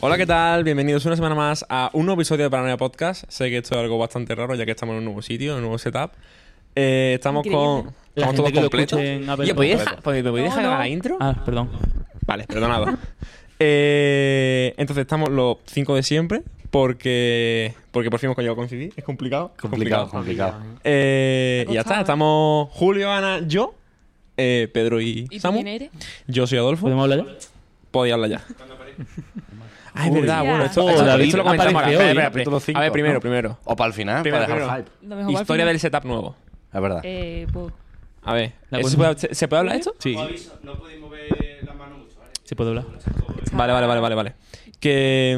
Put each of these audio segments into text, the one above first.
Hola, ¿qué tal? Bienvenidos una semana más a un nuevo episodio de Paranoia Podcast. Sé que esto es algo bastante raro ya que estamos en un nuevo sitio, en un nuevo setup. Eh, estamos Increíble. con... Estamos La gente todos que lo completos. escuche en Apple Oye, ¿podéis Podcast. dejar- pues, ¿Me podéis No, dejar no. la intro? Ah, perdón. Vale, perdonado. Eh, entonces estamos los cinco de siempre porque porque por fin hemos conseguido coincidir. Es complicado. es Complicado, complicado. Eh, Me ha y ya está. costado, ¿eh? Estamos Julio, Ana, yo, eh, Pedro y, ¿Y tú Samu. quién eres? Yo soy Adolfo. ¿Podemos hablar ya? Podía hablar ya. Ah, es verdad. Ya. Bueno, esto, Oh, esto- esto David lo comentamos ahora. Espera, aparece hoy, espera, entre espera. los cinco, A ver, primero, ¿no? primero. O para el final, Primero, para dejar primero. hype. Lo mejor va al Historia final. del setup nuevo. Es verdad. Eh, pues, A ver, La ¿eso cuenta. puede- ¿se, se puede hablar esto? Sí. No podéis mover la mano mucho, ¿vale? ¿Se puede hablar? Vale, vale, vale, vale, vale. Que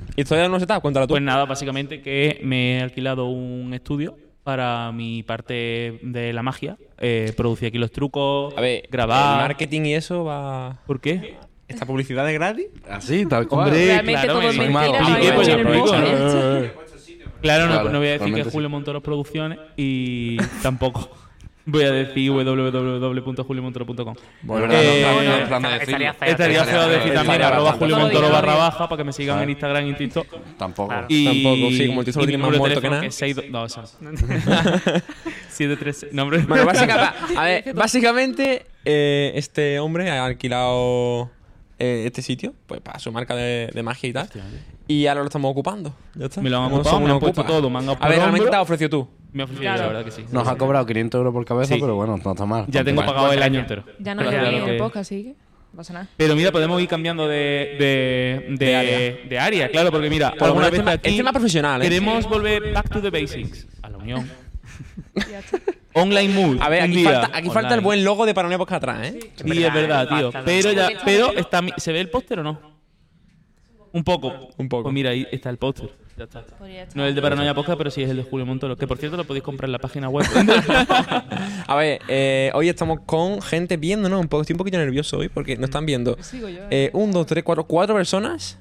mm, historia de un setup, cuéntala tú. Pues nada, básicamente que me he alquilado un estudio para mi parte de la magia. Eh, producir aquí los trucos, A ver, grabar. el marketing y eso va. ¿Por qué? ¿Esta publicidad es gratis? Así, Ah, tal cual. Hombre, realmente claro, todo es me- mentira. me- no me- hay me- mucho en el me- mundo, me- ¿eh? Claro, no, Claro, no voy a decir que realmente es sí. Julio Montoro Producciones y tampoco voy a decir www.juliomontoro.com. Bueno, es verdad, no, Eh, no, no, en plan de decirlo. estaría feo. Estaría feo estaría feo, decir también estaría arroba bastante Julio feo. Montoro Todo barra digo. baja para que me sigan en Instagram y en TikTok. Tampoco. Claro. Y, Tampoco, sí, como el título y mi tiene más número muerto de que teléfono nada. es 6... No, eso. 736... No, hombre. Bueno, básica- a ver, básicamente, eh, este hombre ha alquilado eh, este sitio pues para su marca de, de magia y tal. Y ahora lo estamos ocupando. Ya está. Me lo han No ocupado, somos me han unos puesto ocupas. todo, me han dado A por ver, realmente hombro. te has ofrecido tú. Me ha ofrecido, la verdad que sí. Nos ha cobrado 500 euros por cabeza, Sí. pero bueno, no está mal. Ya tengo Tampoco. pagado el año entero. Ya no Pero hay claro en que- el podcast, así que no pasa nada. Pero mira, podemos ir cambiando de, de, de, De área. de área, claro, porque mira, lo menos alguna vez este ma- aquí este es más profesional, ¿eh? queremos volver back to the basics, a la unión. Ya está. Online Mood, A ver, un aquí, día, falta, aquí falta el online. buen logo de Paranoia Podcast atrás, ¿eh? Sí, es verdad, tío. Basta, Pero ya, basta. pero está, mi- ¿se ve el póster o no? Un poco. Un poco. Pues mira, ahí está el póster. Ya está. Podría estar. No es el de Paranoia Podcast, pero sí es el de Julio Montoro, que por cierto lo podéis comprar en la página web. Eh, A ver, eh, hoy estamos con gente viéndonos. Un poco, estoy un poquito nervioso hoy porque nos están viendo. Sigo yo. Eh, un, dos, tres, cuatro, cuatro personas.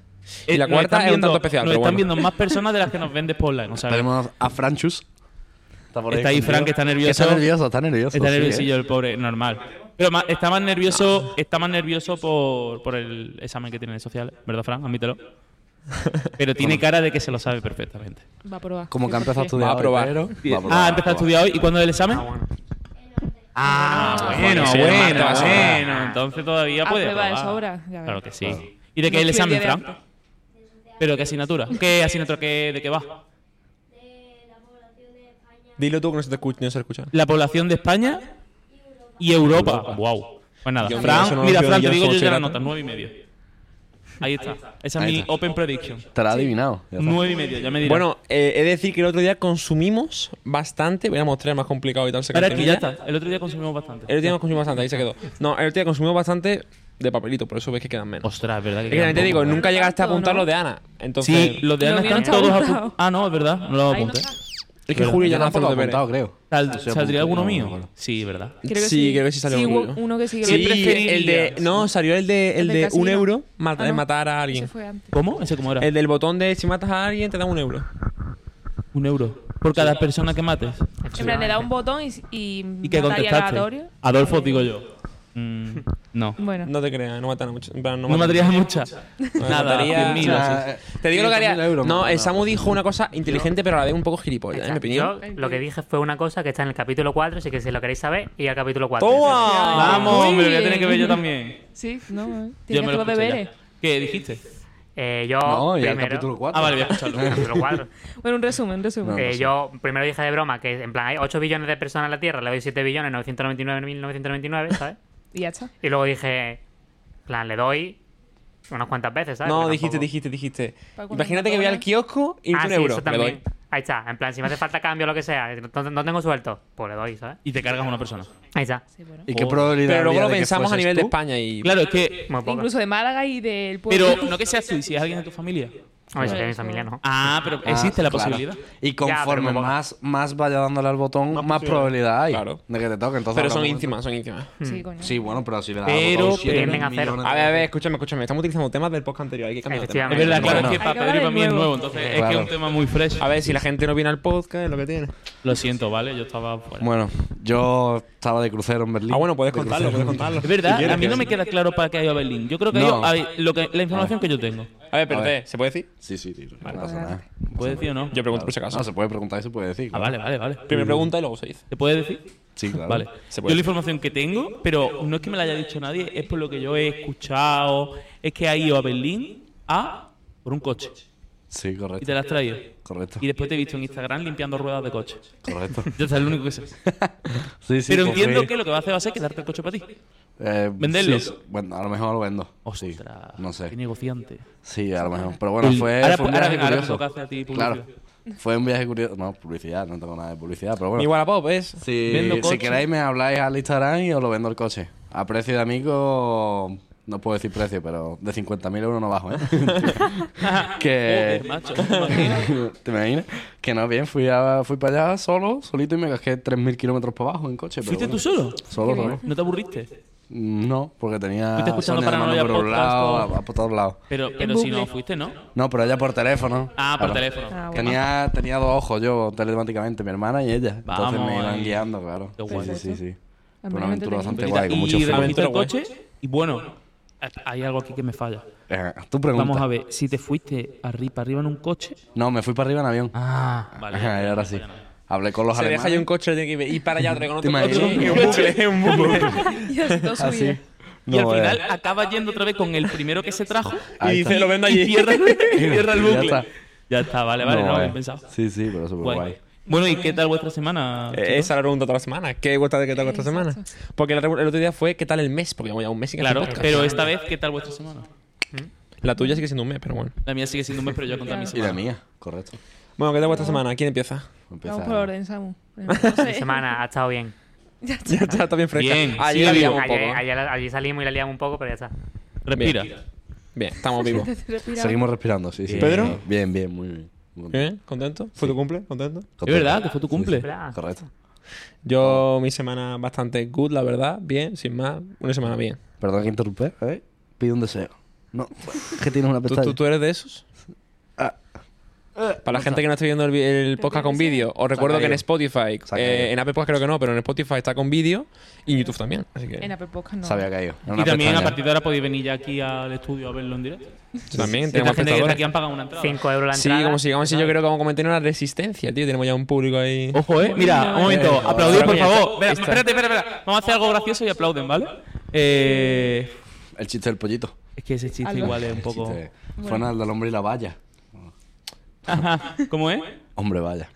Y la Eh, Nos están cuarta es un viendo- tanto especial. Nos pero están bueno. viendo más personas de las que nos vendes por online. O sea, Tenemos a Franchus. Está, por Está ahí contigo. Frank, que está nervioso. Está nervioso, está nervioso. Está sí, nerviosillo ¿eh? el pobre, normal. Pero ma- está más nervioso, está más nervioso por, por el examen que tiene de sociales, ¿verdad, Fran? Admítelo. Pero tiene cara de que se lo sabe perfectamente. Va a probar. Como que ha empezado a Va estudiar. a hoy, probar. pero- Va a probar, Ah, ha va empezado a probar. estudiar hoy. ¿Y cuándo es el examen? Ah, bueno, sí, el martes va a ser. bueno. Entonces todavía A puede prueba de probar. sobra, ya verás. Claro que sí. ¿Y de qué es el No estoy examen, el día de Fran? ¿Pero qué asignatura? ¿Qué asignatura qué, de qué va? de la población de España Dilo tú que no se te escucha. No se escucha. La población de España y Europa. Wow. Pues nada, Yo, mira, Fran, eso no lo mira, veo Fran, yo te digo como yo ya la bachillerato. nota, nueve y medio. Ahí está. Esa es Ahí mi está. open prediction. Te la ha adivinado. ya está. Nueve y medio, ya me dirás. Bueno, eh, he de decir que el otro día consumimos bastante. Voy a mostrar más complicado y tal. se para que ya cancelilla. está. El otro día consumimos bastante. El otro día consumimos bastante, ahí se quedó. No, el otro día consumimos bastante de papelito, por eso ves que quedan menos. Ostras, ¿verdad? Es que también te digo, quedan ¿eh? nunca llegaste a Tanto, apuntar ¿no? lo de Ana. Entonces, Sí, los de Lo Ana mío no están está todos apuntado. apuntados. Ah, no, es verdad. No lo Ahí no apunté. está. es que Julio ya Yo no hace tampoco los he apuntado, deberes. creo. Sal- Sí, ¿Saldría apunté, alguno no, mío? bueno. Sí, ¿verdad? Creo que sí, creo que sí salió sí, uno. hubo uno que sí que Sí, lo el, el de. No, salió el de, el El del de un casino. euro mata- Ah, no. matar a Ese alguien. fue antes. ¿Cómo? ¿Ese cómo era? El del botón de si matas a alguien te dan un euro. Un euro. Por cada persona que mates. En plan, le da un botón y, y, ¿Y qué mata ahí al contestaste? aleatorio. Adolfo, digo yo. Mm, no. Bueno, No te creas, no matan a muchos. en plan, No matan- matarías a mucha. no Nada, mataría- 100.000 o así. Ah, Te digo lo que 500.000 haría. euros, No, mamá. el Samu dijo una cosa inteligente, pero a la vez un poco gilipollas, Pues ¿eh? en mi Exacto. opinión. Yo lo que dije fue una cosa que está en el capítulo 4, así que si lo queréis saber, ir al capítulo 4. Ah, ¡Toma! Vamos, Muy hombre, voy a tener bien. que ver yo también. sí, no, eh. Yo tienes me que lo los escuché deberes. ya. ¿Qué dijiste? Eh, yo No, y el primero... capítulo 4. Ah, vale, voy a escucharlo. Capítulo 4. Bueno, un resumen, un resumen. No, Eh, no sé. Yo primero dije de broma que en plan hay 8 billones de personas en la Tierra, le doy 7 billones 999.999, ¿sabes? Y ya está. Y luego dije, en plan, le doy unas cuantas veces, ¿sabes? No, Porque dijiste, tampoco- dijiste, dijiste. Paco, Imagínate que voy al ¿no? kiosco y Ah, un sí, euro. eso Le también. doy. Ahí está, en plan, si me hace falta cambio o lo que sea, no, no tengo suelto, pues le doy, ¿sabes? Y te cargas a una persona. Ahí está. Sí, bueno. ¿Y qué probabilidad Pero luego habría lo de que pensamos a fueses nivel de tú? España y. Claro, es que. Muy poco. Incluso de Málaga y del pueblo. Pero no que seas tú, si es alguien de tu familia. A ver, si Claro, de mi eso- familia no. Ah, pero Ah, existe la claro. posibilidad. Y pero conforme como- más, más vaya dándole al botón, más, probabilidad hay Claro. de que te toque. Entonces, Pero son habrá un íntimas, son íntimas. Sí, coño. Sí, bueno, pero si le das Pero- al botón, siete tienden a cero. millones de A ver, a ver, veces. escúchame, escúchame. Estamos utilizando temas del podcast anterior. Hay que cambiar de tema. Es Efectivamente. verdad, claro, Bueno. es que Hay para que Pedro y hablar para de mí es nuevo. nuevo, entonces es que es Claro. un tema muy fresh. A ver, si la gente no viene al podcast, es lo que tiene. Lo siento, ¿vale? Yo estaba fuera. Bueno, Yo estaba de crucero en Berlín. Ah, bueno, puedes De contarlo, crucero. puedes contarlo. Es verdad, Si quieres, a mí no que- me queda claro para qué ha ido a Berlín. Yo creo que, ha No. ido a- lo que la información que yo tengo. A ver, pero A ver. ¿se puede decir? Sí, sí, tío. no pasa adelante. nada. ¿Puede decir o no? Yo pregunto por si acaso. No, se puede preguntar y se puede decir. Ah, vale, claro. vale, vale. Primera pregunta y luego se dice. ¿Te puede decir? Sí, claro. Vale. Se Yo puede. la información que tengo, pero no es que me la haya dicho nadie, es por lo que yo he escuchado, es que ha ido a Berlín a por un coche Sí, y correcto. te la has traído. Correcto. Y después te he visto en Instagram limpiando ruedas de coche. Correcto. Ya está, es lo único que sé. Sí, sí, Pero pues entiendo fui- que lo que va a hacer va a ser quedarte el coche para ti. Eh, ¿Venderlo? sí, bueno, a lo mejor lo vendo. Sí, Ostras, no sé. qué negociante. Sí, a lo mejor. Pero bueno, fue, ahora, fue un ahora- viaje ahora me curioso. toca hacer a ti claro. publicidad. Fue un viaje curioso. No, publicidad, no tengo nada de publicidad, pero bueno. Mi Wallapop es. Si, Vendo si coche. queréis me habláis al Instagram y os lo vendo el coche. A precio de amigo, no puedo decir precio, pero de 50.000 euros no bajo, ¿eh? que... Joder, macho, no me imagino. ¿Te imaginas? Que no, bien, fui, a- fui para allá solo, solito y me casqué 3.000 kilómetros para abajo en coche. pero ¿Fuiste bueno. tú solo? Solo, solo. ¿No te aburriste? No, porque tenía ¿Fuiste escuchando Sony de mano Paranoia por un Podcast lado, o- a- a por todos lados. Pero, pero bucle. si no fuiste, ¿no? No, pero ella por teléfono. Ah, por Claro. teléfono. Ah, bueno. Tenía, tenía dos ojos yo telemáticamente, mi hermana y ella. Entonces Vamos, me iban ahí. guiando, claro. Qué Sí, guay. sí, sí, sí. Al Fue una menos aventura bastante entretenido. guay, con mucho y frío. recogiste el Aventura, coche y bueno, hay algo aquí que me falla. Eh, tú pregunta. Vamos a ver, si te fuiste arri- para arriba en un coche... No, me fui para arriba en avión. Ah, vale. Ajá, y ahora sí. Hablé con los Se alemanes. deja ahí un coche, tiene que ir para allá, trae con ¿Te otro coche. imaginas? y un bucle, un bucle. Y Ah, así todo su vida. Así. Y No, al eh. final acaba yendo otra vez con el primero que se trajo Y Ahí dice, está. lo vendo allí. y cierra, y cierra el Ya bucle. Ya está. está, vale, vale, no, eh. bien pensado. Sí, sí, pero súper Guay. guay. Bueno, ¿y qué tal vuestra semana? Eh, Esa es la pregunta toda la semana. ¿Qué gusta de qué tal esta semana? Porque el, el otro día fue ¿qué tal el mes? Porque llevamos ya un mes sin hacer Claro, podcast. pero esta vez, ¿qué tal vuestra semana? La tuya sigue siendo un mes, pero bueno. La mía sigue siendo un mes, pero yo voy a contar mi Y la semana. mía, correcto. Bueno, ¿qué tal vuestra semana? ¿Quién empieza? Empezar. Vamos por orden, Samu. No sé. Mi semana ha estado bien. Ya está. Ya está, está bien fresca. Ah, Bien, Ayer sí, la bien. liamos un poco. ¿eh? Ayer, ayer- allí salimos y la liamos un poco, pero ya está. Respira. Bien, estamos vivos. Te respiraba. Seguimos respirando, sí, sí. ¿Pedro? Bien, bien, muy bien. Muy contento. ¿Bien? ¿Contento? ¿Fue tu cumple? ¿Contento? ¿Eh? Es verdad, que fue tu Sí, sí. cumple. Correcto. Yo, mi semana bastante good, la verdad. Bien, sin más. Una semana bien. Perdón que interrumpí. ¿eh? Pide un deseo. No, es que tienes una ¿Tú, pestaña. tú- tú eres de esos? Ah. Para la gente que no esté viendo el, vi- el podcast con vídeo, os recuerdo que en caído. Spotify, Se ha eh, caído. en Apple Podcast creo que no, pero en Spotify está con vídeo y en YouTube también. Así que En Apple Podcast no. Se había caído. Y Era una también a pestaña. partir de ahora podéis venir ya aquí al estudio a verlo en directo. también Esta tenemos gente que está aquí espectadores. han pagado una entrada. 5 euros la Sí, entrada. como sigamos así, yo creo que vamos a cometer una resistencia, tío. Tenemos ya un público ahí. Ojo, eh. Mira, un momento. Aplaudid, por favor. Espera, espérate, espera, espera. Vamos a hacer algo gracioso y aplauden, ¿vale? Eh, El chiste del pollito. es que ese chiste Algo. igual es un poco. Chiste. Fue nada, el del hombre y la valla. Ajá. ¿Cómo es? Hombre, vaya.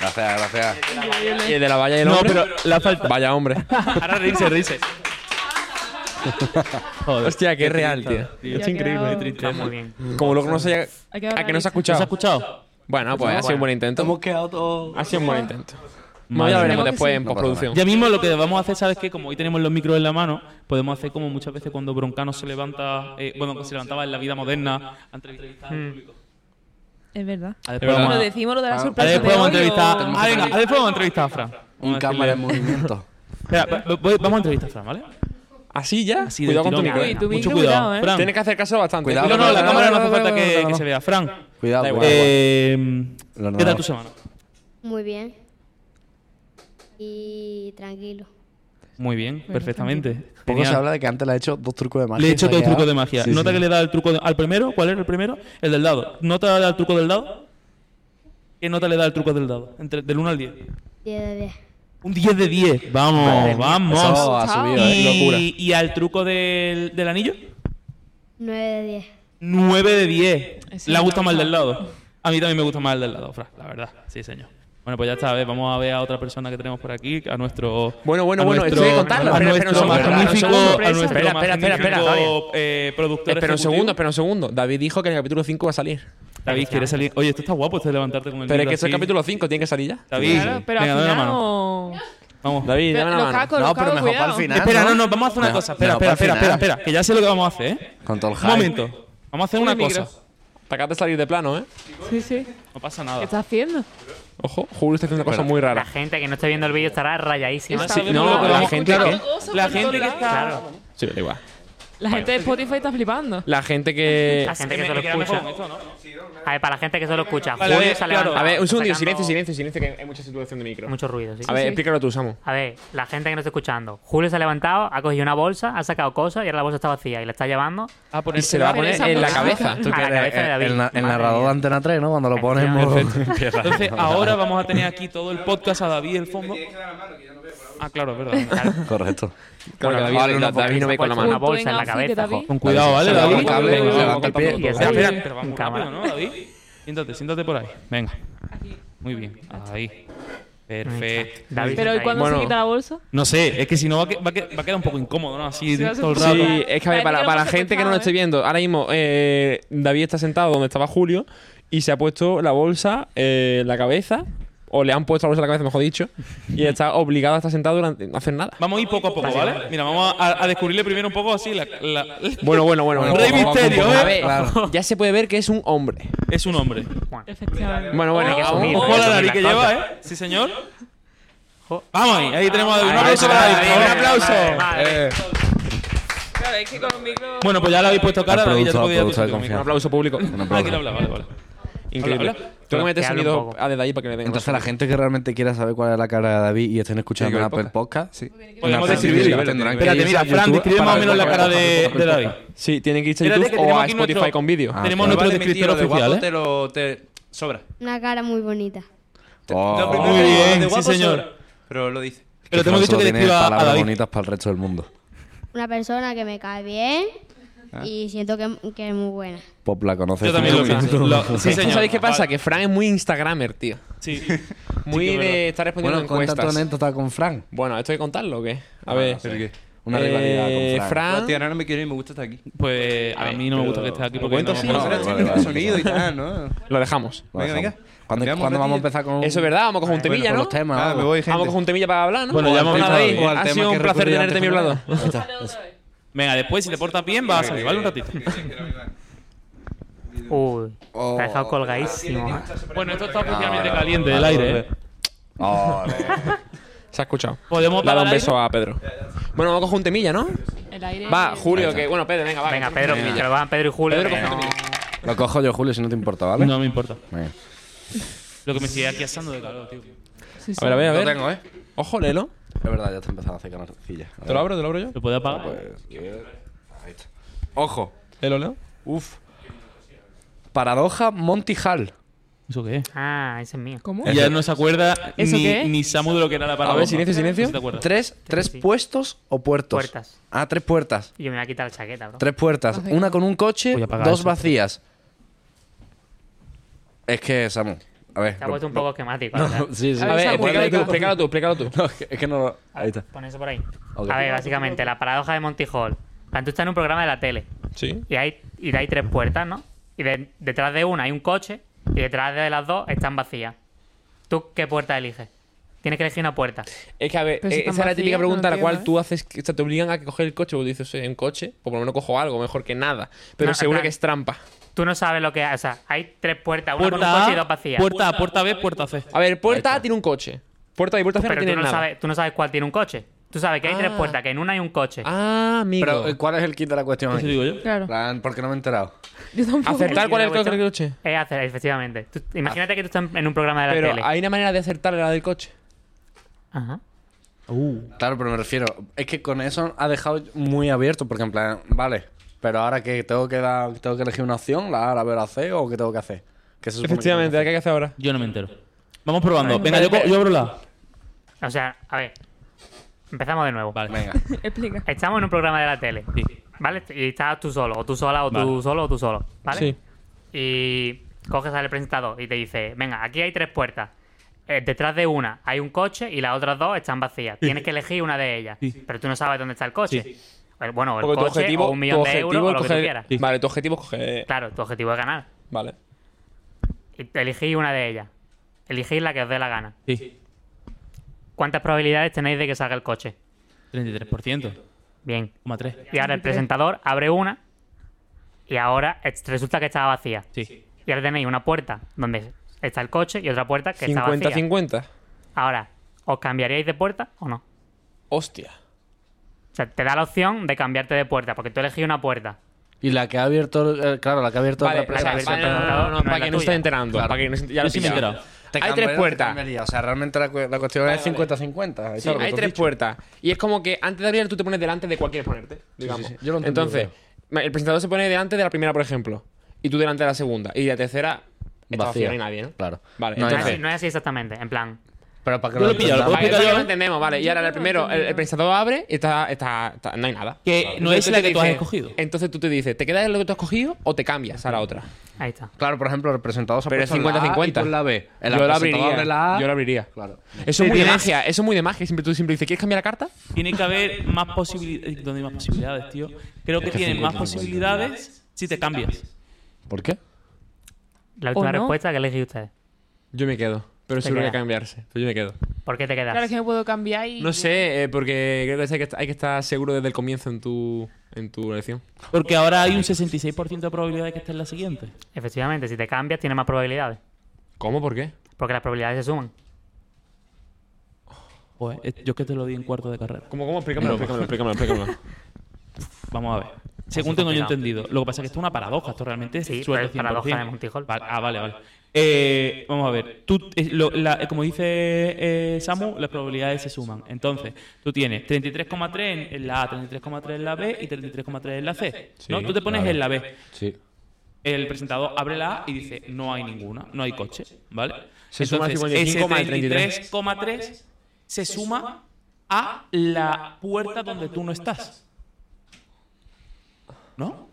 gracias, gracias. Y el de la valla y el No, hombre. pero la falta. Vaya hombre. Ahora reírse, reírse. Joder. Hostia, qué real, tío. Ya Es ha quedado- increíble. Está muy bien. Como luego no se haya. Ha quedado A Ah, que no se ha realista. ¿Has escuchado. escuchado? Bueno, pues ha sido un buen intento. Hemos quedado todos. Ha sido un buen intento. No, Madre ya lo mía. veremos Creo que después sí. en No pasa postproducción. Ya mismo lo que vamos a hacer, ¿sabes qué? Como hoy tenemos los micros en la mano, podemos hacer como muchas veces cuando Broncano se levanta, eh, bueno, cuando se levantaba en la vida moderna, a entrevistar al público. Es verdad. Pues A Es verdad. Lo decimos Ah. lo de la A sorpresa. después vamos a de hoy, entrevistar. o- Ah, venga, a después vamos a entrevistar a Fran. Un Vamos a cámara en decirle- movimiento. Espera, va- va- voy- vamos a entrevistar a Fran, ¿vale? Así ya. Así del Cuidado con tu tirón. micro. Uy, eh. tu Mucho micro, cuidado, cuidado, eh. Fran. Tienes que hacer caso bastante. Cuidado, No, no, la No, cámara no, no hace no, falta no, que, no, que no. se vea. Fran, Cuidado, Da igual. cuidado. eh, Lo ¿qué tal normal. tu semana? Muy bien. Y tranquilo. Muy bien, perfectamente. Poco se Genial. habla de que antes le ha hecho dos trucos de magia. Le he hecho se ha dos trucos quedado. de magia. Sí, Nota sí. que le da el truco de- al primero. ¿Cuál era el primero? El del dado. ¿Nota le da el truco del dado? ¿Qué nota le da el truco del dado? Entre, del 1 al 10. 10 de 10. Un 10 de 10. Vamos, Eso vamos. ha Chao. subido, eh. Locura. Y, y al truco del, del anillo, 9 de 10. 9 de 10. Ese Le me gusta gusta. más el del lado. A mí también me gusta más el del lado, Fra, la verdad. Sí, señor. Bueno, pues ya está. A ver, vamos a ver a otra persona que tenemos por aquí, a nuestro... Bueno, bueno, a bueno, este, nuestro- estoy contando. A Espera, espera un nuestro segundo, espera un magnífico... segundo. a nuestro Espera, espera, espera, espera. magnífico, eh, productor Espera un ejecutivo. segundo, espera un segundo. David dijo que en el capítulo 5 va a salir. David, ¿quieres salir? Oye, esto está guapo, esto de levantarte con el Pero es libro que es el así. capítulo 5, tiene que salir ya. David, Claro, pero venga, al dame la final. mano. o- Vamos. David, dame la Los mano. cacos, No, los pero cacos, mejor para el cuidado. final. Espera, no, no, vamos a hacer una Mejor- cosa. Espera, mejor espera, para el espera, espera, final. espera, que ya sé lo que vamos a hacer, ¿eh? Con todo el Un hype. momento. Vamos a hacer una Uy, micro. cosa. Te acabas de salir de plano, ¿eh? Sí, sí. No pasa ¿Qué nada. estás haciendo? Ojo, Julio está haciendo una cosa muy La rara. gente que no esté viendo el vídeo estará rayadísima. Sí, no, Estaba la viendo gente escuchando que- cosas La por gente todos que está... lados. Claro. Sí, pero igual. La gente de Spotify está flipando. La gente que. La gente que Me- solo me queda mejor escucha. con esto, ¿no? A ver, para la gente que solo escucha. Vale, Julio eh, se ha claro. levantado, A ver, un segundo, sacando silencio, silencio, silencio, que hay mucha situación de micro. Mucho ruido, sí. A ver, sí. explícalo tú, Samu. A ver, la gente que no está escuchando. Julio se ha levantado, ha cogido una bolsa, ha sacado cosas y ahora la bolsa está vacía y la está llevando. Ah, Y se lo va a Pero poner esa en la música- cabeza. Tú A que la eres cabeza de el- David. el, na- el Madre narrador mía. de Antena 3, ¿no? Cuando lo pones... Entonces, ahora vamos a tener aquí todo el podcast a David en el fondo. Ah, claro, es verdad. Correcto. Claro, que David, Ahora no, David no ve con la Una mano. Buen bolsa en la outfit de cabeza. David. jo. Con cuidado, ¿vale? Se David, levanta el Cuidado, pie, cuidado, se cuidado, levanta el cuidado. pie. Espera, espera, espera, En vamos cámara. rápido, ¿no, David? Siéntate, siéntate por ahí. Venga. Muy bien, ahí. Perfecto. David, Pero ¿y ahí. cuándo Bueno. se quita la bolsa? No sé, es que si no va, a que- va a que- va a quedar un poco incómodo, ¿no? Así Sí, va a ser todo el un poco- rato. Sí, es que a ver, Parece para, que lo para la hemos gente que no escuchado, lo ¿eh? esté viendo, ahora mismo eh, David está sentado donde estaba Julio y se ha puesto la bolsa eh, en la cabeza, o le han puesto la bolsa en la cabeza, mejor dicho, y está obligado a estar sentado durante no hacer nada. Vamos a ir poco a poco, ¿vale? Mira, vamos a, a descubrirle primero un poco así. La, la- Bueno, bueno, bueno. bueno. Rey Vamos, vamos, Misterio, vamos. A ¿eh? ver, Claro. ya se puede ver que es un hombre. Es un hombre. Efectivamente. Bueno, bueno. Hay que asumir, Ojo hay a que la asumir nariz que las lleva, cosas. ¿eh? Sí, señor. Jo. Vamos ahí, ahí tenemos a David. Un Ahí aplauso está, para David, David. un aplauso. Madre, madre. Claro, es que con el micro... Bueno, pues ya le habéis puesto cara, Al David, ya te productor, podía al decir productor tu de Un micro. aplauso público. Ah, Aquí lo habla, vale, vale. Increíble. Habla, habla. Tengo que meter Que hable un sonido poco. a de ahí para que le den Entonces la gente que realmente quiera saber cuál es la cara de David y estén escuchando en Tiene que ver Apple Podcast, sí. Podemos Apple describirlo, Music, vale, tendrán que Espérate, irse mira, a Fran, YouTube describe para más o menos la ver cara cuál es de, de David. Sí, tienen que irse a Espérate, YouTube que o tenemos a aquí nuestro- Spotify con vídeo. Ah, Tenemos claro. nuestro Vale, descriptor mentira, de oficial, guapo ¿eh? te lo... te- sobra. Una cara muy bonita. Oh. Lo primero Muy que digo, bien, de sí, guapo señor. sobra. Pero lo dice. Pero te Fran hemos dicho solo que tiene describa a palabras David. bonitas para el resto del mundo. Una persona que me cae bien y siento que, que es muy buena. Pop la conoces. Yo también lo pienso. Lo- Sí, Es que señor. ¿Sabéis qué pasa? Vale. Que Fran es muy Instagramer, tío. Sí. Muy que es de verdad. estar respondiendo Bueno, cuenta tu encuestas. anécdota con Fran. Bueno, ¿esto hay que contarlo o qué? A ver. Una Eh, rivalidad con Fran. La tía no me quiere y me gusta estar aquí. Pues a mí no me gusta que estés aquí porque cuento no- sí, Pero no, ahora vale, tiene vale, el sonido y tal, ¿no? Lo dejamos. Lo dejamos. Venga, venga. ¿Cuándo, Cambiamos ¿cuándo un vamos a ratillo. empezar con Eso es verdad, vamos a coger un Bueno, temilla, con ¿no? los temas. Ah, algo. me voy, gente. Vamos a coger un temilla para hablar, ¿no? Bueno, ya hemos Hola, empezado David. bien. O al Ha tema sido un que placer recurrió tenerte a mi antes, lado. ¿no? Venga, después si te portas bien vas a salir, ¿vale? Un ratito. Uy, Oh. te ha dejado colgadísimo. Bueno, esto está oficialmente Ahora, caliente del ahora, aire, ¿eh? ahora. Ole. Se ha escuchado. Podemos Le ha dado un parar beso a Pedro. Bueno, vamos a coger un temilla, ¿no? El aire... Va, Julio, está. que. Bueno, Pedro, venga, va. Venga, coge un Pedro, temilla. que lo van Pedro y Julio. Pedro, que coge no- un Lo cojo yo, Julio, si no te importa, ¿vale? No me importa. Venga. Lo que me sigue aquí asando de calor, tío. Sí, sí. A ver, a ver, a Lo ver. tengo, ¿eh? Ojo, léelo. Es verdad, ya te empezaba a hacer canarcilla. Te lo abro, te lo abro yo. ¿Lo puedo apagar? Ojo. Léelo, Leo. Uf. Paradoja Monty Hall. ¿Eso qué es? Ah, ese es mío. ¿Cómo? Eh, Ya no se acuerda ¿Eso ni, qué es? ni Samu de lo que era la palabra. ver, silencio, silencio. te acuerdas? Tres, tres sí. puestos o puertos. Puertas. Ah, tres puertas. Yo me voy a quitar la chaqueta, bro. Tres puertas. Una con un coche, Voy a apagar dos eso. vacías. Es que, Samu, a ver. Te ha lo- puesto un poco esquemático. la verdad. No, sí, sí. A ver, Samu, explícalo tú, explícalo. explícalo tú, explícalo tú. No, es que- es que no lo- Ahí está. Pon eso por ahí. Ok. A ver, básicamente, la paradoja de Monty Hall. En plan, Tú estás en un programa de la tele Sí. y hay, y hay tres puertas, ¿no? Y de- detrás de una hay un coche y detrás de las dos están vacías. ¿Tú qué puerta eliges? Tienes que elegir una puerta. Es que, a ver, Pero si eh, están esa es la típica vacías, pregunta a no la cual entiendo, tú haces, que- o sea, te obligan a que coger el coche, porque dices, "Oye, en coche, pues por lo menos cojo algo, mejor que nada. Pero No, en seguro plan- que es trampa. Tú no sabes lo que O sea, hay tres puertas, una con un Puerta coche y dos A, vacías. puerta A, puerta B, puerta C. A ver, puerta A tiene un coche. Puerta B y puerta C no Pero tú tienen no, nada. sabes, tú no sabes cuál tiene un coche. Tú sabes que hay tres Ah. puertas, que en una hay un coche. Ah, amigo. Pero, eh, ¿cuál es el kit de la cuestión? Eso ahí? digo yo. Claro. Plan, ¿Por qué no me he enterado? Yo tampoco. acertar El cuál es el kit de coche la del coche. Es hacer, efectivamente. Tú- imagínate que tú estás en- en un programa de la Pero tele. hay una manera de acertar la del coche. Ajá. Claro, pero me refiero. Es que con eso ha dejado muy abierto, porque en plan, vale, pero ahora que tengo que dar, tengo que elegir una opción, la A, la B, la C, o qué tengo que hacer. ¿Qué se supone que Efectivamente, ¿qué hay que hacer ahora? Yo no me entero. Vamos probando. Venga, yo, co- yo abro la. A. O sea, a ver. Empezamos de nuevo. Vale. tengo que hacer? Venga. Explica. Estamos en un programa de la tele. Sí. ¿Vale? Y estás tú solo, o tú sola, o tú Vale. solo, o tú solo. ¿Vale? Sí. Y coges al presentador y te dice, venga, aquí hay tres puertas. Eh, detrás de una hay un coche y las otras dos están vacías. Tienes que elegir una de ellas. Sí. Pero tú no sabes dónde está el coche. Eh, Bueno, o el Porque tu coche, objetivo, o un millón tu de objetivo es euros, o lo que tú coger- quieras. Vale, tu objetivo es coger. Claro, tu objetivo es ganar. Vale. Y Elegís una de ellas. Elegís la que os dé la gana. Sí. ¿Cuántas probabilidades tenéis de que salga el coche? 33%. Bien. Coma 3. Y ahora el presentador abre una y ahora es- resulta que estaba vacía. Sí. Y ahora tenéis una puerta donde está el coche y otra puerta que está vacía. 50-50. Ahora, ¿os cambiaríais de puerta o no? Hostia. O sea, te da la opción de cambiarte de puerta, porque tú elegí una puerta. Y la que ha abierto, el- eh, claro, la que ha abierto Vale, la o plaza sea, vale, vale, no, no, no, no, no es para la que no tuya. esté enterando. Claro. Para que no se- ya lo Yo sí me he pillado. enterado. Te Hay cambiaría, tres te puertas. cambiaría. O sea, realmente la, cu- la cuestión es 50-50. Sí, hay tres puertas. Y es como que antes de abrir tú te pones delante de cuál quieres ponerte, digamos. sí, sí. Yo lo entendí, Entonces, ma- el presentador se pone delante de la primera, por ejemplo. Y tú delante de la segunda. Y la tercera está vacía, no hay nadie, ¿no? Claro. Vale, No hay No es, entonces... así, no es así exactamente, en plan. Pero para que Yo lo pillo, lo entendamos. puedo Vale, explicar eso ya yo. lo entendemos, vale. Y ahora el primero, el, el pensador abre y está, está, está- no hay nada. Que no es Entonces la te que tú has dice- escogido. Entonces tú te dices, ¿te quedas en lo que tú has escogido o te cambias a la otra? Ahí está. Claro, por ejemplo, el presentado se ha Pero es puesto en la A y 50-50. tú en la B. El Yo la presentador abriría. abre la A. Yo la abriría. Claro. Eso es Te muy de tienes- magia, eso es muy de magia. Siempre tú siempre dices, ¿quieres cambiar la carta? Tiene que haber más posibilidades. ¿Dónde hay más posibilidades, tío? Creo que tienen más posibilidades si te cambias. ¿Por qué? La ¿O última no? respuesta que elegí ustedes. Yo me quedo. Pero Te seguro que quedas. cambiarse. Pero yo me quedo. ¿Por qué te quedas? Claro, es que me puedo cambiar y. No sé, eh, porque creo que hay que- hay que estar seguro desde el comienzo en tu, en tu elección. Porque ahora hay un 66% de probabilidad de que esté en la siguiente. Efectivamente, si te cambias, tienes más probabilidades. ¿Cómo? ¿Por qué? Porque las probabilidades se suman. Pues eh, yo que te lo di en cuarto de carrera. ¿Cómo? cómo? Explícamelo, explícamelo, explícamelo, explícamelo. Vamos a ver. Según es tengo yo complicado. entendido. Lo que pasa es que esto es una paradoja. Esto realmente es Sí, suerte pero es paradoja 100%. de Montijol. Vale, ah, vale, vale. Eh, vamos a ver. Tú, eh, lo- la- eh, como dice eh, Samu, las probabilidades se suman. Entonces, tú tienes 33,3 en la A, 33,3 en la B y 33,3 en la C. ¿no? Sí, tú te pones claro. en la B. Sí. El presentador abre la A y dice, no hay ninguna, no hay coche, ¿vale? Se suma el Entonces, ese 55,33. 33,3 se suma a la puerta donde tú no estás. ¿No?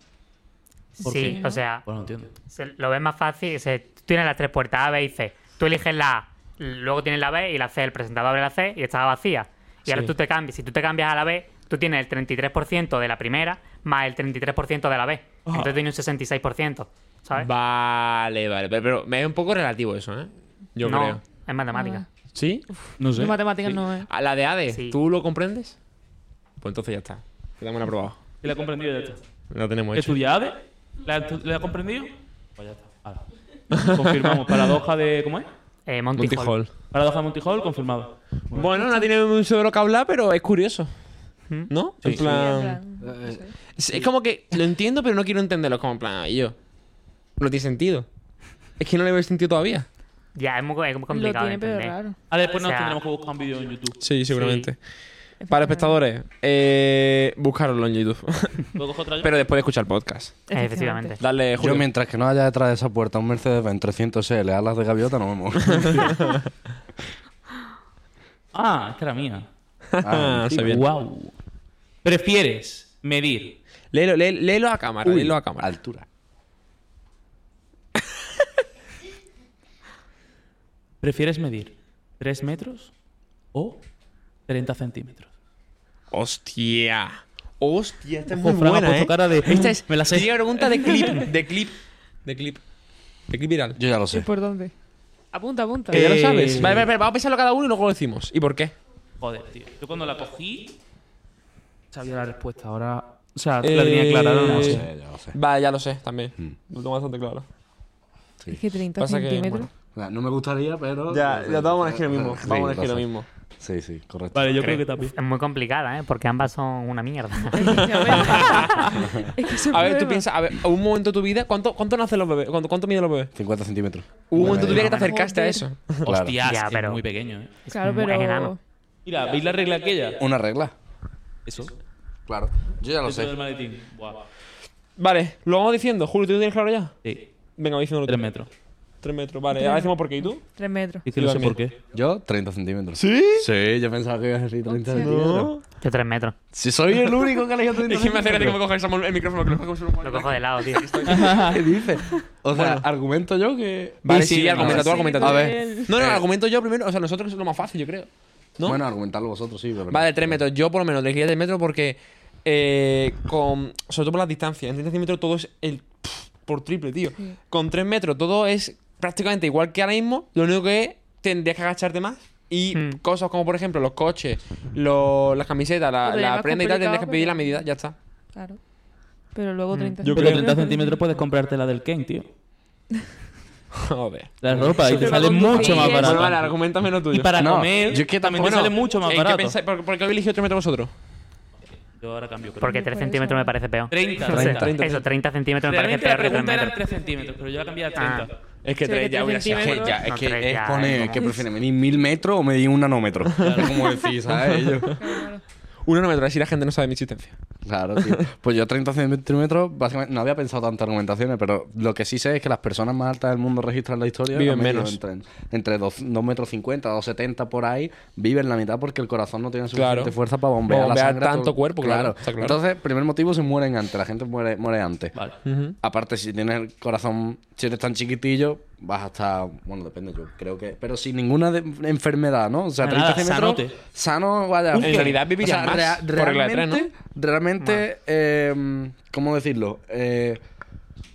¿Por Sí, qué? o sea, Bueno, no entiendo. se- lo ves más fácil. Se, tú tienes las tres puertas A, B y C. Tú eliges la A, luego tienes la B y la C. El presentador abre la C y estaba vacía. Y ahora Sí. tú te cambias. Si tú te cambias a la B, tú tienes el 33% de la primera más el 33% de la B. Ah. Entonces tienes un 66%, ¿sabes? Vale, vale. Pero, pero es un poco relativo eso, ¿eh? Yo no, creo. es matemática. Ah. ¿Sí? No Las matemáticas Sí. no ¿eh? es. ¿A la de ADE? Sí. ¿Tú lo comprendes? Pues entonces ya está. Quedamos aprobado. ¿Que la ha comprendido ya está? Lo tenemos hecho. ¿Estudia ADE? ¿La, estu- la ha comprendido? Pues ya está. Ahora. Confirmamos. Paradoja de... ¿Cómo es? Eh, Monty Hall. Paradoja de Montijol, confirmado. Bueno, no tiene ¿Mm? mucho de lo que hablar, pero es curioso. ¿No? En plan... Es, es como que lo entiendo, pero no quiero entenderlo. Es como en plan, ay, yo. No tiene sentido. Es que no le veo el sentido todavía. Ya, es muy, es muy Lo complicado tiene, de pero entender. raro. Ah, después O nos sea- tendremos que buscar un vídeo en YouTube. Sí, seguramente. Para espectadores, eh, buscarlo en YouTube. ¿Lo cojo otra vez? pero después de escuchar el podcast. Efectivamente. Dale, Yo Julio. mientras que no haya detrás de esa puerta un Mercedes-Benz 300L alas de gaviota, no me muevo. Ah, esta era mía. Ah, sí. sabía. Wow. ¿Prefieres medir? Léelo, lé- léelo a cámara, léelo a cámara. Altura. ¿Prefieres medir 3 metros o 30 centímetros? Hostia. Hostia, esta es Ojo, muy Fran ha buena, puesto ¿eh? cara de, "Mm, Esta es "Me la sé". típica pregunta de clip, de clip, de clip. De clip viral. Yo ya lo ¿Y pues, sé. por dónde? Apunta, apunta. Que ya lo Eh, sabes. Vale, vale, vale, vamos a pensarlo cada uno y luego lo decimos. ¿Y por qué? Joder, tío. Yo cuando la cogí sabía la respuesta. Ahora, o sea, Eh, la tenía clara. ahora No, la sí. sé. Eh, ya lo sé. Vale, ya lo sé, también. Lo tengo bastante claro. Es que 30 Pasa que, centímetros. bueno. O sea, No me gustaría, pero... Sí, Vamos a elegir sé. lo mismo. Sí, sí, correcto. Vale, yo creo que también. Es muy complicada, ¿eh? Porque ambas son una mierda. Efectivamente. es que es un A ver, tú problema. piensas, a ver, un momento de tu vida, ¿cuánto, cuánto nacen los bebés? ¿Cuánto, cuánto miden los bebés? 50 centímetros. Hubo un momento de tu vida que te Bueno, acercaste a joder. eso. Claro. Hostias, Ya, es pero- muy pequeño, ¿eh? Mm, Claro, muy enano. pero. Mira, ¿veis la regla aquella? Una regla. Eso. Claro. Yo ya lo Dentro sé. del maletín. Buah. Vale, lo vamos diciendo. Julio, ¿tú tienes claro ya? Sí, Venga, vamos diciéndolo. 3 tú. metros. Tres metros. Vale, ahora decimos por qué. ¿Y tú? 3 metros. Es que no sé Iván, por qué. Yo, 30 centímetros. ¿Sí? Sí, yo pensaba que iba a decir 30 centímetros. Yo tres metros. Si soy el único que ha elegido 30 Es que me hace gracia que me coja Samuel el micrófono, que lo coja como Lo cojo de lado, tío. ¿Qué dices? O sea, argumento yo que... Vale, Sí, sí, sí, argumenta vale, tú, sí, argumenta tú. a ver. No, no, argumento yo primero. O sea, nosotros es lo más fácil, yo creo. ¿No? Bueno, argumentarlo vosotros, sí. Pero Vale, 3 metros. Yo por lo menos elegiría 3 metros porque. eh, con, sobre todo por las distancias. En 30 centímetros todo es el. pff, por triple, tío. Con 3 metros todo es prácticamente igual que ahora mismo. Lo único que es, tendrías que agacharte más. Y Mm. Hmm. cosas como, por ejemplo, los coches, los- las camisetas, la, Lo vería la más prenda y tal, complicado, tendrías que pedir la pero- medida. Ya está. Claro. Pero luego 30 Yo Pero creo- 30 centímetros puedes comprarte la del Ken, tío. Joder. La ropa, y te Pero sale con tu mucho más piel. barata. Bueno, vale, argumenta menos tuyo. Y para No, comer, yo es que también te Bueno, sale mucho más ¿en qué barato. pensáis- ¿Por por qué habéis elegido 3 metros vosotros? Yo ahora cambio. creo. Porque 3 Por eso. centímetros me parece peor. 30. O sea, 30. Eso, 30 centímetros me parece Realmente la peor que 3 pregunta eran metros. 3 centímetros, pero yo la cambié a 30. Ah. Es que Sí, tres que ya tres hubiera sido. Es que, centímetros. genial. ya, es No, que tres es ya, poner, es es que como- prefieren medir mil metros o medir un nanómetro. Es como decís, ¿sabes? Yo- Uno no me trae si la gente no sabe mi existencia. Claro, tío. Pues yo 30 centímetros, básicamente, no había pensado tantas argumentaciones, pero lo que sí sé es que las personas más altas del mundo registran la historia. Viven han medido menos. Entre, entre dos- dos metros 50, 2,70 por ahí, viven la mitad porque el corazón no tiene suficiente Claro. fuerza para bombear, la Bombear sangre a tanto todo- cuerpo, claro, está claro. Entonces, primer motivo, se mueren antes. La gente muere, muere antes. Vale. Ujú. Aparte, si tienes el corazón, si eres tan chiquitillo, vas a estar. Bueno, depende, yo creo que. Pero sin ninguna de- enfermedad, ¿no? O sea, Nada, 30 centímetros. sanote. Sano, vaya. En realidad vivirías más, por regla de tres, ¿no? realmente, realmente eh, ¿cómo decirlo? Eh,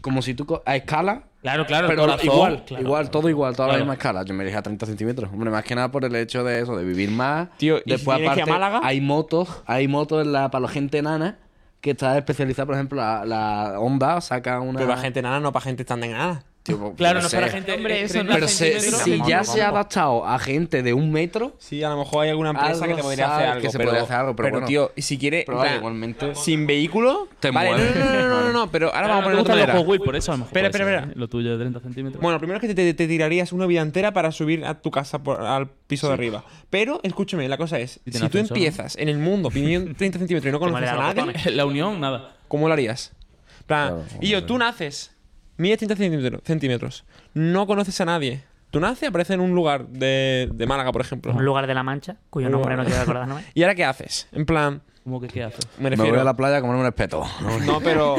como si tú. co- A escala. Claro, claro, el pero corazón, igual, claro. igual, todo igual, toda la Claro. misma escala. Yo me dije a 30 centímetros. Hombre, más que nada por el hecho de eso, de vivir más. Tío, ¿y si tienes que ir a Málaga? hay motos, hay motos en la, para la gente enana que está especializada, por ejemplo, la, la Honda saca una... Pero para gente nada, no para gente tan de nada. Tío, pues, Claro, yo no sé. es para gente. Hombre, eh, eso no 30 Pero se- centímetros. si Vamos, ya vamos. se ha adaptado a gente de un metro, Sí, a lo mejor hay alguna empresa Algo que te podría hacer sabe algo. que se pero, podría hacer algo, pero bueno. tío, si quieres. Pero en plan, vale, igualmente- Sin vehículo. Te vale, no, mueves. no, no, no, no, no, pero ahora vamos a poner Te otra gustan los manera. Hot Wheels, por eso a lo mejor. Espera, puede espera, ser, espera. ¿eh? Lo tuyo de 30 centímetros. Bueno, primero es que te, te tirarías una vida entera para subir a tu casa por- al piso de arriba. Pero, escúchame, la cosa es: Y si tiene tú ascensor, empiezas en el mundo pidiendo 30 centímetros y no ¿Cómo le conoces a da los nadie, botones? la unión, nada. ¿cómo lo harías? En plan, Claro, y yo, tú naces, mides 30 centímetros, centímetros, no conoces a nadie. Tú naces, apareces en un lugar de, de Málaga, por ejemplo. Un lugar de la Mancha, cuyo Un nombre lugar. no quiero acordarme. ¿Y ahora qué haces? En plan, ¿Cómo que qué haces? me me refiero. voy a la playa a comerme un espeto. No, pero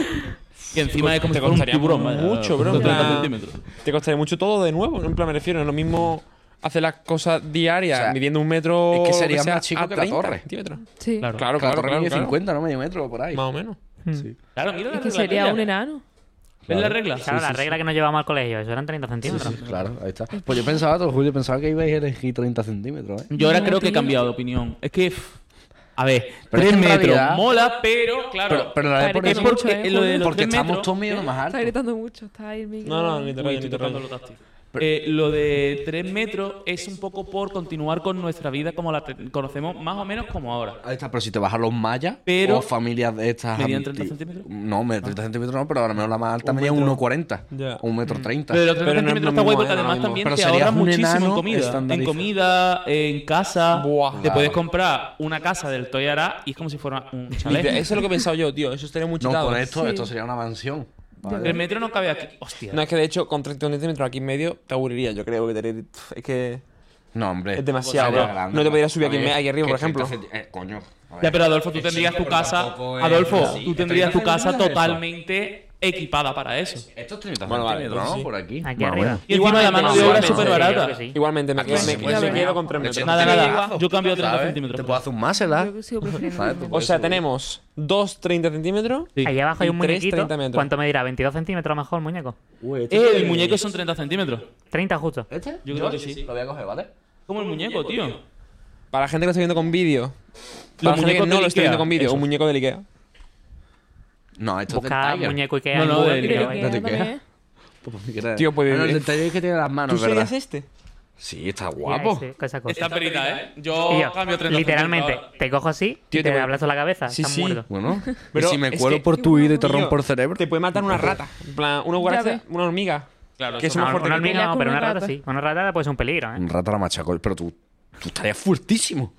Y encima es como te si fuera un costaría tiburón. vaya, mucho, bro, en 30 plan- centímetros. te costaría mucho todo de nuevo. En plan, me refiero, es lo mismo hacer las cosas diarias O sea, midiendo un metro. es que lo sería sea, más chico a que la 30 torre. centímetros. Sí. Claro, Claro, claro, claro. mide claro. 50, ¿no? Medio metro por ahí. Más o menos. Claro, mira la Es que regla, sería mira. un enano. ¿Ves la regla? Claro, la regla que nos llevamos al colegio, eso eran 30 centímetros. Claro, ahí está. Pues yo pensaba, todo, Julio, pensaba que ibais a elegir 30 centímetros, ¿eh? Yo ahora creo que he tío. cambiado de opinión. Es que. pff, A ver, Pero 3 es que en metros realidad- mola, pero claro. Pero, pero la voy a Claro, poner es que así, mucho, porque ¿eh, lo de Julio? los porque tres estamos metros- todos midiendo más Está alto. gritando mucho. Está ahí el micro. No, no, ni te Uy, rayes, ni estoy te tocando rayes. lo táctil. Eh, lo de 3 metros es un poco por continuar con nuestra vida como la te- conocemos más o menos como ahora. Ahí está, pero si te vas a los mayas Pero- o familias de estas. ¿Medían 30 anti- centímetros? No, me- 30 centímetros no, pero ahora menos la más alta medía 1,40 Ya. o 1,30 Pero los Pero 30 no es centímetros lo está mismo, ¿eh? guay porque No es lo además mismo. también Pero te serías ahorras un muchísimo en enano comida. En estandarizado. comida, en casa. Buah. Te puedes comprar una casa del Toy Ara y es como si fuera un Eso chalet. es lo que he pensado yo, tío. Eso estaría muy No, chetado. con esto, Sí. esto sería una mansión. Vale. 3 metros no cabe aquí. Hostia. No, es que de hecho, con 30 centímetros aquí en medio, te aburriría, yo creo. que te- pff, Es que No, hombre. es demasiado. Sería bro. grande, No te podrías pa- subir aquí, a en ver, me- aquí arriba, que por ejemplo. 30 centi- eh, coño. a ver. Ya, pero Adolfo, tú Es tendrías chico, tu pero casa. tampoco es- Adolfo, Sí, tú estoy tendrías tu pensando en casa eso. totalmente equipada para eso. Esto es 30 Bueno, vale, centímetros, entonces ¿no? sí. Por aquí. Aquí Más o arriba. menos. Y encima la mano de obra es Igualmente, súper barata. Sí. Igualmente, me, Aquí me- se me puede quedo llegar. con 3 metros. Nada, nada. Yo- Yo cambio a 30 ¿Sabes? centímetros. Te puedo hacer un másela. Yo que sigo prefiriendo ¿Sabes? el Tú enano. O sea, tenemos dos 30 centímetros. Sí. Allá abajo hay un Y tres, muñequito. 30 metros. ¿Cuánto medirá? ¿22 centímetros a lo mejor el muñeco? Eh, el muñeco son 30 centímetros. 30 justo. ¿Este? Yo creo que sí. Lo voy a coger, ¿vale? Como el muñeco, tío. Para la gente que lo está viendo con vídeo. Para la gente que muñecos no del lo está viendo Ikea, con vídeo. eso. Un muñeco del Ikea. No, esto Busca es del Tiger. muñeco Ikea No, en no, Google, del que lo Pero Ikea. que veis. ¿de qué? también- ¿eh? Tío, pues- Ah, no, el detalle es que tiene las ¿Tú manos, ¿verdad? serías este? Sí, está Mira guapo. ese, cosa, cosa. Esta perita, ¿eh? Y Yo Oh, yo, cambio 30 literalmente, centímetros te cojo así Tío, te y te voy a- abrazo la cabeza. Sí, estás sí. muerto. Bueno, Pero pero si me es cuelo que- por tu vida y te Tío, rompo el cerebro. Te puede matar una rata. En plan, una cucaracha, ves. una hormiga. Claro, que eso es más No, fuerte una que tú. hormiga Pelea no, con pero una una rata, rata. sí. Una rata puede ser un peligro, ¿eh? Un rato la machaco, pero tú, tú estarías fuertísimo.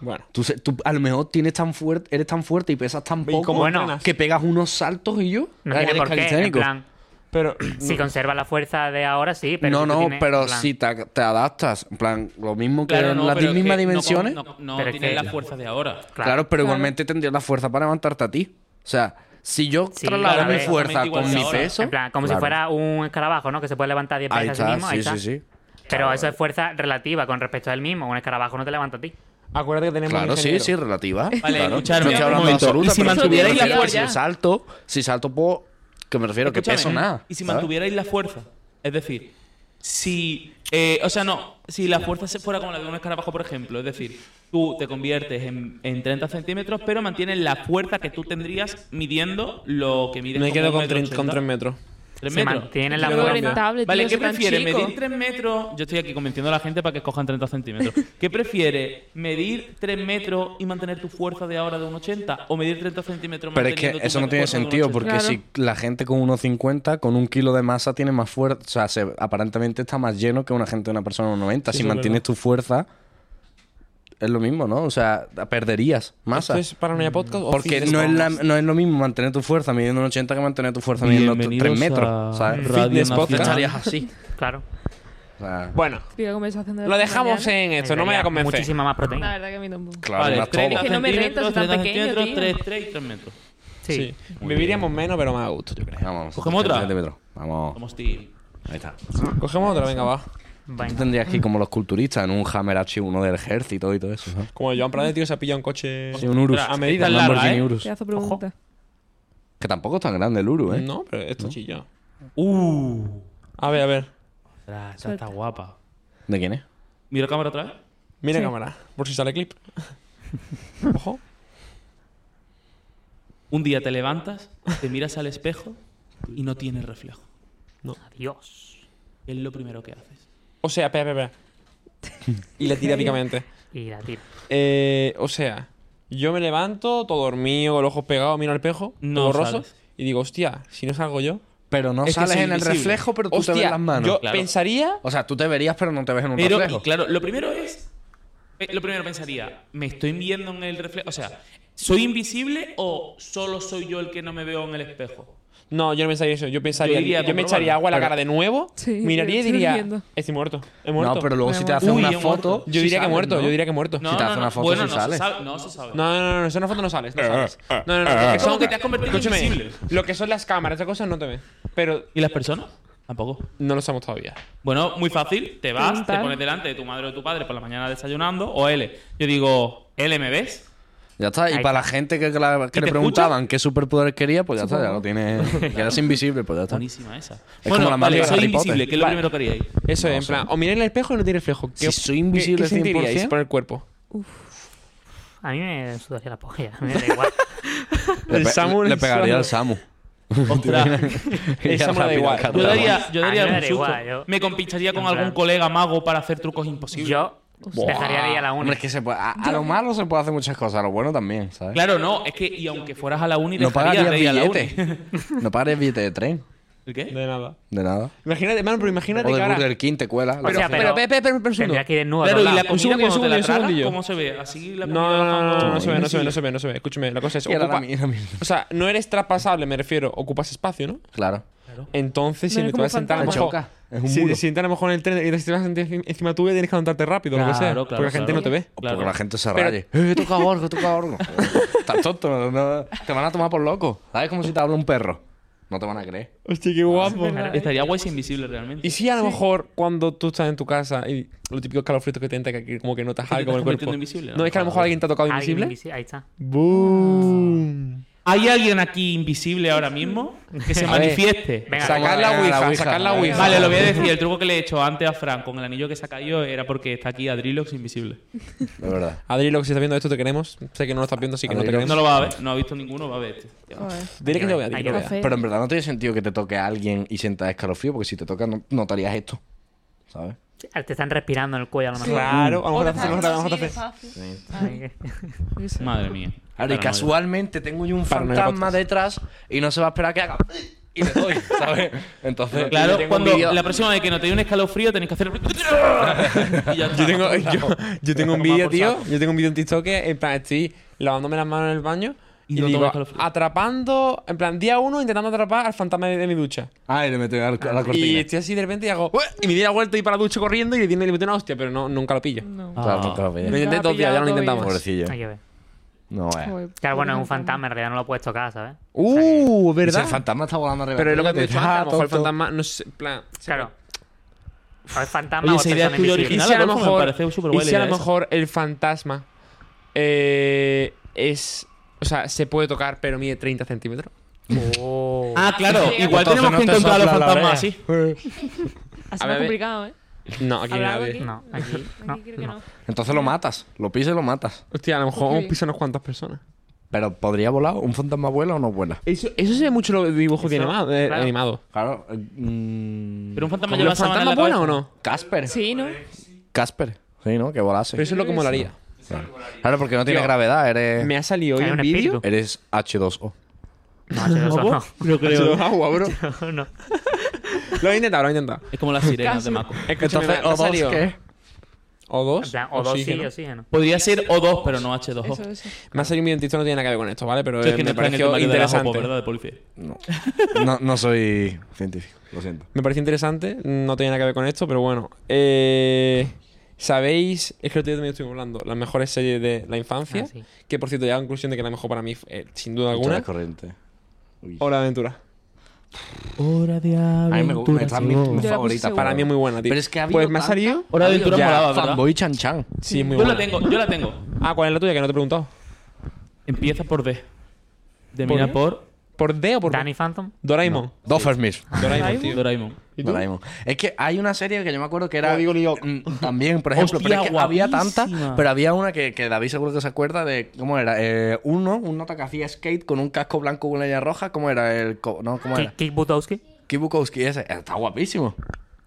Bueno. Tú, se- tú a lo mejor tienes tan fuerte, eres tan fuerte y pesas tan ¿Y poco cómo Bueno, entrenas? que pegas unos saltos y yo. No Ah, tiene eres por qué, en calisténico. plan, Pero. si conserva la fuerza de ahora, sí, pero no, si tú no, tienes, pero en plan, si te, te adaptas, en plan, lo mismo que Claro, en no, las pero es mismas que no- dimensiones. No, no Pero es tienes que- las fuerzas de ahora. Claro, claro. pero igualmente tendrías la fuerza para levantarte a ti. O sea, si yo Sí, traslado claro, mi es fuerza exactamente con igual mi que ahora. peso. En plan, como claro. si fuera un escarabajo, ¿no? Que se puede levantar 10 Ahí veces a sí está, mismo. ahí sí, está. sí, sí. Pero eso es fuerza relativa con respecto al mismo. Un escarabajo no te levanta a ti. Acuérdate que tenemos. Claro, un sí, ingeniero. sí, relativa. claro. escuchadme, No estoy un hablando de momento. absoluta, Y si pero me mantuvierais la refiero a que fuerza- Si salto, si salto, puedo. Que me refiero que Escúchame, ¿eh? peso nada. Y si ¿sabes? mantuvierais la fuerza, es decir, si. eh, o sea, no, si la fuerza se fuera como la de un escarabajo, por ejemplo, es decir, tú te conviertes en, en 30 centímetros, pero mantienes la fuerza que tú tendrías midiendo lo que mides. Me como quedo un con metro 30 con 3 ochenta. metros. Tres Se metros. mantiene Yo la lo lo cambio. fuerza. rentable, Vale, tío, ¿qué si tan prefieres? chico. ¿Medir 3 metros? Yo estoy aquí convenciendo a la gente para que cojan 30 centímetros. ¿Qué prefieres? ¿Medir 3 metros y mantener tu fuerza de ahora de un 80? ¿O medir 30 centímetros Pero es que manteniendo tu eso no tiene fuerza de un sentido, 80? porque Claro. si la gente con 1,50, con un kilo de masa, tiene más fuerza. O sea, se- aparentemente está más lleno que una gente, una persona de 1,90. Sí, si eso es mantienes tu fuerza, es lo mismo, ¿no? O sea, perderías masa. ¿Esto es Paranoia Podcast? o Porque Fitness no es, la- Podcast? no es lo mismo mantener tu fuerza midiendo un 80 que mantener tu fuerza midiendo Bienvenidos 3 a metros. ¿sabes? Radio Fitness podcast. Nacional. Estarías así. Claro. O sea, Bueno, Típica conversación de la lo dejamos mañana. en esto, no me voy a Necesitaría convencer. Muchísima más La proteína. verdad que a mí tampoco. claro, vale, más 30 todo. Que no me renta, centímetros, soy tan 30 pequeño, centímetros, tío. 3, 3 y 3 metros. Sí. Beberíamos menos, pero más a gusto, yo creo. Vamos, ¿Cogemos otra? 30 metros. Vamos, Somos team. ahí está. Cogemos otra, venga, va. Tú Venga. tendrías aquí como los culturistas en un Hammer H1 del ejército y todo eso. ¿sabes? Como el Joan Prade, tío, se ha pillado un coche... Sí, un Urus. A Esta medida. es larga, Lamborghini ¿eh? Urus. Pedazo de pregunta. Que tampoco es tan grande el Urus, ¿eh? No, pero esto chilla. Uh, A ver, a ver. ostras, esta está guapa. ¿De quién es? Mira cámara otra vez. Mira cámara, por si sale clip. Ojo. Un día te levantas, te miras al espejo y no tienes reflejo. Adiós. Es lo primero que haces. O sea, espera, espera, espera. Y le tira picamente. Y la tira. Eh, o sea, yo me levanto, todo dormido, con los ojos pegados, miro al espejo, No todo borroso, sales. y digo, hostia, si no salgo yo. Pero no es que sales soy en el invisible. reflejo, pero tú Hostia, te ves las manos. Yo Claro. pensaría. O sea, tú te verías, pero no te ves en un Pero, reflejo. y claro, lo primero es. eh, Lo primero pensaría, ¿me estoy viendo en el reflejo? O sea, ¿soy invisible o solo soy yo el que no me veo en el espejo? No, yo no pensaría eso. Yo pensaría. Yo Yo, iría a me comprobarlo. echaría agua a la Pero- cara de nuevo, Sí, miraría y yo estoy diría, viendo. estoy muerto. He muerto. no, pero luego si te Uy, hace una he muerto. foto. Yo sí diría que sales, muerto, ¿no? yo diría que muerto. No, Si te no, hace no. una foto, bueno, sí no sale. se sabe. No se sabe. No, no, no, no, eso en una foto no sales, no sales. No, no, no, porque son, Como que te has convertido en Escúchame, invisible. Lo que son las cámaras, esas cosas no te ven. Pero ¿Y las personas? Tampoco. no lo sabemos todavía. Bueno, muy fácil. Te vas, te Preguntar. pones delante de tu madre o tu padre por la mañana desayunando. O L. Yo digo, L, ¿me ves? Ya está. Y Ahí para la gente que, que la- que ¿Y le te preguntaban qué superpoder quería, pues ya está, ya lo tiene. Que eres invisible, pues ya está. Buenísima esa. como bueno, la vale, madre de soy Harry Potter. invisible, que es lo Vale. primero que haría ahí. Eso No, es, en sí. plan, o mirar en el espejo y no tiene reflejo. Si soy invisible ¿qué, qué sentiríais 100%? por el cuerpo? A mí me sudaría la polla. Me da igual. Le, El pe- Samu en le el pegaría suelo. al Samu. Ostras. Y ya Samu la da pira igual. al Yo catálogo. daría, yo A mí daría me un da susto. igual, yo- Me compincharía con en plan- algún colega mago para hacer trucos imposibles. Yo Buah. dejaría de ir a la uni. Hombre, es que se puede- a, a lo malo se puede hacer muchas cosas, a lo bueno también, ¿sabes? Claro, no, es que y aunque fueras a la uni, No dejarías pagarías de ir a la uni. billete. no pagarías billete de tren, ¿El qué? De nada. de nada. Imagínate, hermano, pero imagínate O que de ahora... Burger King te cuela. la O sea, café. espera, pero- espera, espera un segundo. Tendría que ir desnudo. a Claro, los y la lados. Un comida segundillo, cuando te un la segundillo, un tragas, segundillo. ¿cómo se ve? Así la No, no, no, no, no, no se ve, no se ve, Invisible. no se ve, no se ve. Escúchame, la cosa es... Y ahora Ocupa... la mierda, mierda. O sea, no eres traspasable, me refiero. Ocupas espacio, ¿no? Claro. Entonces, si te No eres vas a como sentar a lo fantasma. mejor... Te choca, es un si muro. te sientas a lo mejor en el tren y te vas a sentar enci- encima tuya, tienes que levantarte rápido, o lo que sea. Claro, claro, porque la gente claro. no te ve. O Claro. porque la gente se Pero- raye. ¡Eh, toca algo, toca algo! Estás tonto, no- no- te van a tomar por loco. ¿Sabes? Como si te habla un perro. No te van a creer. Hostia, qué guapo. verdad. Estaría guay si invisible realmente. Y si a lo mejor cuando tú estás en tu casa y lo típico calofrito que te entra, que aquí como que notas te algo en el estás cuerpo. convirtiendo invisible, ¿no? No es que a lo mejor alguien te ha tocado Alguien invisible. invisi- Ahí está. ¡Boom! ¿Hay alguien aquí invisible ahora mismo que se A ver. manifieste? Venga, Sacar la Venga, la Ouija, ouija. sacar la Ouija. Vale, lo voy a decir. El truco que le he hecho antes a Fran con el anillo que se ha caído era porque está aquí Adrilox invisible. De verdad. Adri, lo que si estás viendo esto, te queremos. Sé que no lo estás viendo, así que no te Adri, queremos. No lo va a ver, no ha visto ninguno, va a ver este. Joder. Dile que te lo vea, dile Hay que que lo vea. hacer. Pero en verdad no tiene sentido que te toque a alguien y sientas escalofrío, porque si te toca no, notarías esto. ¿Sabes? Sí, Te están respirando en el cuello a lo mejor. Claro, vamos a Otra hacer, vamos a hacer, vamos a hacer. Yo sé. Madre mía. Ahora, y Claro, madre. casualmente tengo yo un Paranoia fantasma podcast. detrás y no se va a esperar que haga. Y le doy, ¿sabes? Entonces, Claro, yo tengo un cuando vídeo- la próxima vez que no te dé un escalofrío tenéis que hacer. y ya está. Yo tengo, yo, yo tengo un Toma vídeo, por tío. saco. Yo tengo un vídeo en TikTok que, en plan, estoy lavándome las manos en el baño Y y, no digo, tomas calofrío. atrapando, en plan, día uno intentando atrapar al fantasma de, de mi ducha. Ah, y le metí a la, a la Y cortina. estoy así de repente y hago, "Ué", y me di la vuelta y para la ducha corriendo y le di le metí una hostia, pero no, nunca lo pillo. No. Ah. Claro, no te lo Lo veía. Nunca intenté ha dos días, ya no lo pillado intentamos. Pobrecillo. Hay que ver. No, eh. Joder, Claro, bueno, es pobre un fantasma, en realidad no lo puedes tocar, ¿sabes? Uh, Y si ¿verdad? el fantasma está volando arriba. Pero es lo que te he tuyo, dicho antes, a lo mejor el tonto. fantasma, no sé, en plan... se Claro. O es fantasma Oye, o esa es idea es persona tuya invisible. ¿Y original, si a lo Adolfo, me mejor, parece súper y guay la si a lo idea esa. mejor el fantasma eh, es... O sea, se puede tocar, pero mide 30 centímetros. Oh. Ah, claro, igual Entonces tenemos no que te encontrar a los sopla la fantasmas oreja. así. Así A más ver, complicado, ¿eh? No, aquí ¿Habrá algo nadie. aquí? No, aquí. No, Aquí creo que no. no. Entonces lo matas. Lo pisas y lo matas. Hostia, a lo mejor Ok. vamos a pisar unas cuantas personas. Pero ¿podría volar? ¿Un fantasma vuela o no vuela? Eso, eso se ve mucho en los dibujos de animado- eh, claro. animados. Claro. eh, mm, Pero un fantasma ¿Los lleva sábana en fantasmas la vuelan o cabeza. no? Casper. Sí, ¿no? Casper. Sí, ¿no? Que volase. Pero eso es lo que molaría. Claro, porque no tiene gravedad. Eres, Me ha salido hoy Hay un un vídeo. espíritu. eres H2O. No, eso no. No Ha creo. sido agua, bro. No, no. Lo he intentado, lo he intentado. Es como las sirenas de Mako. Escúchame, me Entonces, ha- me ha ¿O dos salido- qué? O En dos. plan, o dos sí, oxígeno. oxígeno. Podría ser O2, pero no Eso, H2O. eso. Me ha salido un vídeo en TikTok, no tiene nada que ver con esto, ¿vale? Pero Pues Yo eh, es que no me está en el temario pareció de la Jopo, interesante. ¿verdad? De policía. No. no. no soy científico, lo siento. Me pareció interesante, no tenía nada que ver con esto, pero bueno. Eh, ¿Sabéis? Es que el otro día también estoy hablando. Las mejores series de la infancia. Ah, sí. Que por cierto, ya a la conclusión de que la mejor para mí, eh, sin duda alguna, Mucha corriente. Uy. Hora de Aventura. Hora de A mí me gusta. Esta es mi, mi Yo la puse favorita. seguro. Para mí es muy buena, tío. Pero es que ha habido Pues me ha tanta- salido. Hora de aventura Ya, molaba, ¿verdad? Fanboy Chan Chan. Sí, es muy Yo buena. la tengo, yo la tengo. Ah, ¿cuál es la tuya? Que no te he preguntado. Empieza por D. Termina qué? por ¿Por D o por Danny Phantom. Doraemon? Dos Fermis. Doraemon, tío. Doraemon. Doraemon. Es que hay una serie que yo me acuerdo que era. Código Lyoko. Mm, También, por ejemplo. Hostia, pero es que había guapísima. tantas. Pero había una que, que David seguro que se acuerda de. ¿Cómo era? Eh, uno, un nota que hacía skate con un casco blanco con una línea roja. ¿Cómo era? El. co- no, ¿cómo era? Ki- Kick Butowski. Kibukowski ese. Está guapísimo.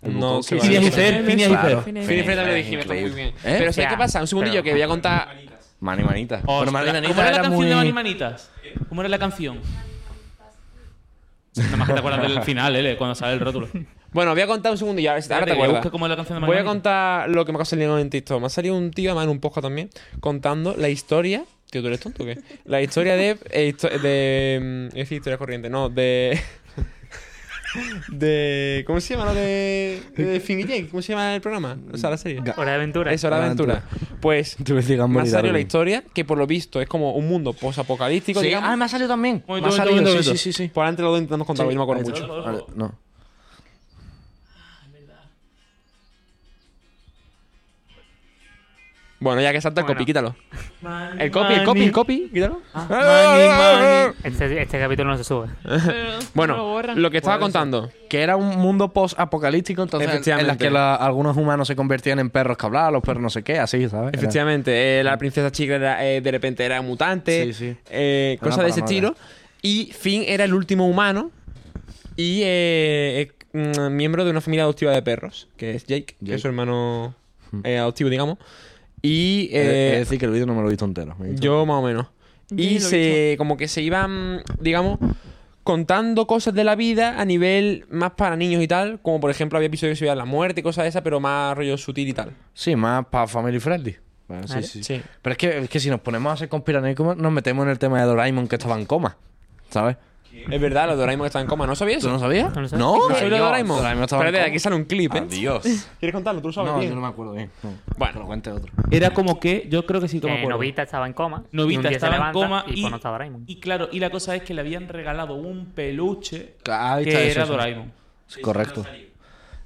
El No, se Bukowski. va a Phineas y decir. Fer, Phineas y Fer. Claro, Phineas y Fini y Fer también lo es dijimos, está muy increíble. bien. ¿Eh? Pero ¿sabes Ya, qué pasa? Un segundillo pero- que voy a contar. Mani Manita. Oh, Ostras, Pero Mani Manita Pues, ¿Cómo era la era canción muy- de Mani Manitas? ¿Cómo era la canción? Nada más que te acuerdas del final, ¿eh? Cuando sale el rótulo. Bueno, voy a contar un segundillo, a ver si te- ahora te Espérate, que acuerdas. busque cómo es la canción de Mani Voy a Manitas. contar lo que me ha salido en TikTok. Me ha salido un tío, además en un podcast también, contando la historia. Tío, ¿tú eres tonto o qué? La historia de. eh, histo- de mm, iba a decir historia corriente, no, de. de. ¿Cómo se llama? ¿no? De. De Finn y Jake. ¿Cómo se llama el programa? O sea, la serie. Hora de aventura. Es hora de aventura. Pues. Te voy a decir Gambo Me ha y salido la Darwin. historia que por lo visto es como un mundo posapocalíptico, Sí, digamos. ah, me ha salido también. Momento, Me ha salido, momento, sí, momento. sí, sí, sí. Por antes lo intentamos contar, yo no me acuerdo Ahí está. mucho. Vale, no. Bueno, ya que salta el Bueno. copy, quítalo. El copy, el copy, el copy, quítalo. Ah, Este, este capítulo no se sube. Bueno, Lo lo, borran. que estaba contando. Que era un mundo post-apocalíptico, entonces en- en las Efectivamente. que la- algunos humanos se convertían en perros que hablaban, los perros no sé qué, así, ¿sabes? Era- Efectivamente, eh, la princesa chica era, eh, de repente era mutante, Sí, sí. eh, Era cosas de ese paranoia. estilo. Y Finn era el último humano y eh, eh, mm, miembro de una familia adoptiva de perros, que es Jake, que Jake. Hmm. es su hermano eh, adoptivo, digamos. Y Es- eh, es decir, que el vídeo no me lo he visto entero. me he visto- Yo más o menos. Sí, Y lo he se como que se iban, digamos, contando cosas de la vida a nivel más para niños y tal, como por ejemplo había episodios que se veía la muerte y cosas de esas, pero más rollo sutil y tal. Sí, más para Family Friendly. Bueno, sí, Vale. sí. Sí. Pero es que, es que si nos ponemos a ser conspiranoicos, nos metemos en el tema de Doraemon que estaba en coma, ¿sabes? Es verdad, los Doraemon que están en coma, ¿no sabías ¿Tú eso? no sabías? No lo No, sé. ¿No sabías lo de Doraemon? estaba en Espérate, coma. aquí sale un clip, ¿eh? Adiós. ¿Quieres contarlo? Tú lo sabes No, yo bien. no me acuerdo bien. No. Bueno. Que lo cuente otro. Era como que, yo creo que sí que me Que acuerdo. Eh, Novita estaba en coma. y un Novita día estaba se en levanta coma y, y, pues no estaba Raymond. y claro, y la cosa es que le habían regalado un peluche Ah, ahí está, que eso, era eso. Doraemon. Sí, Correcto.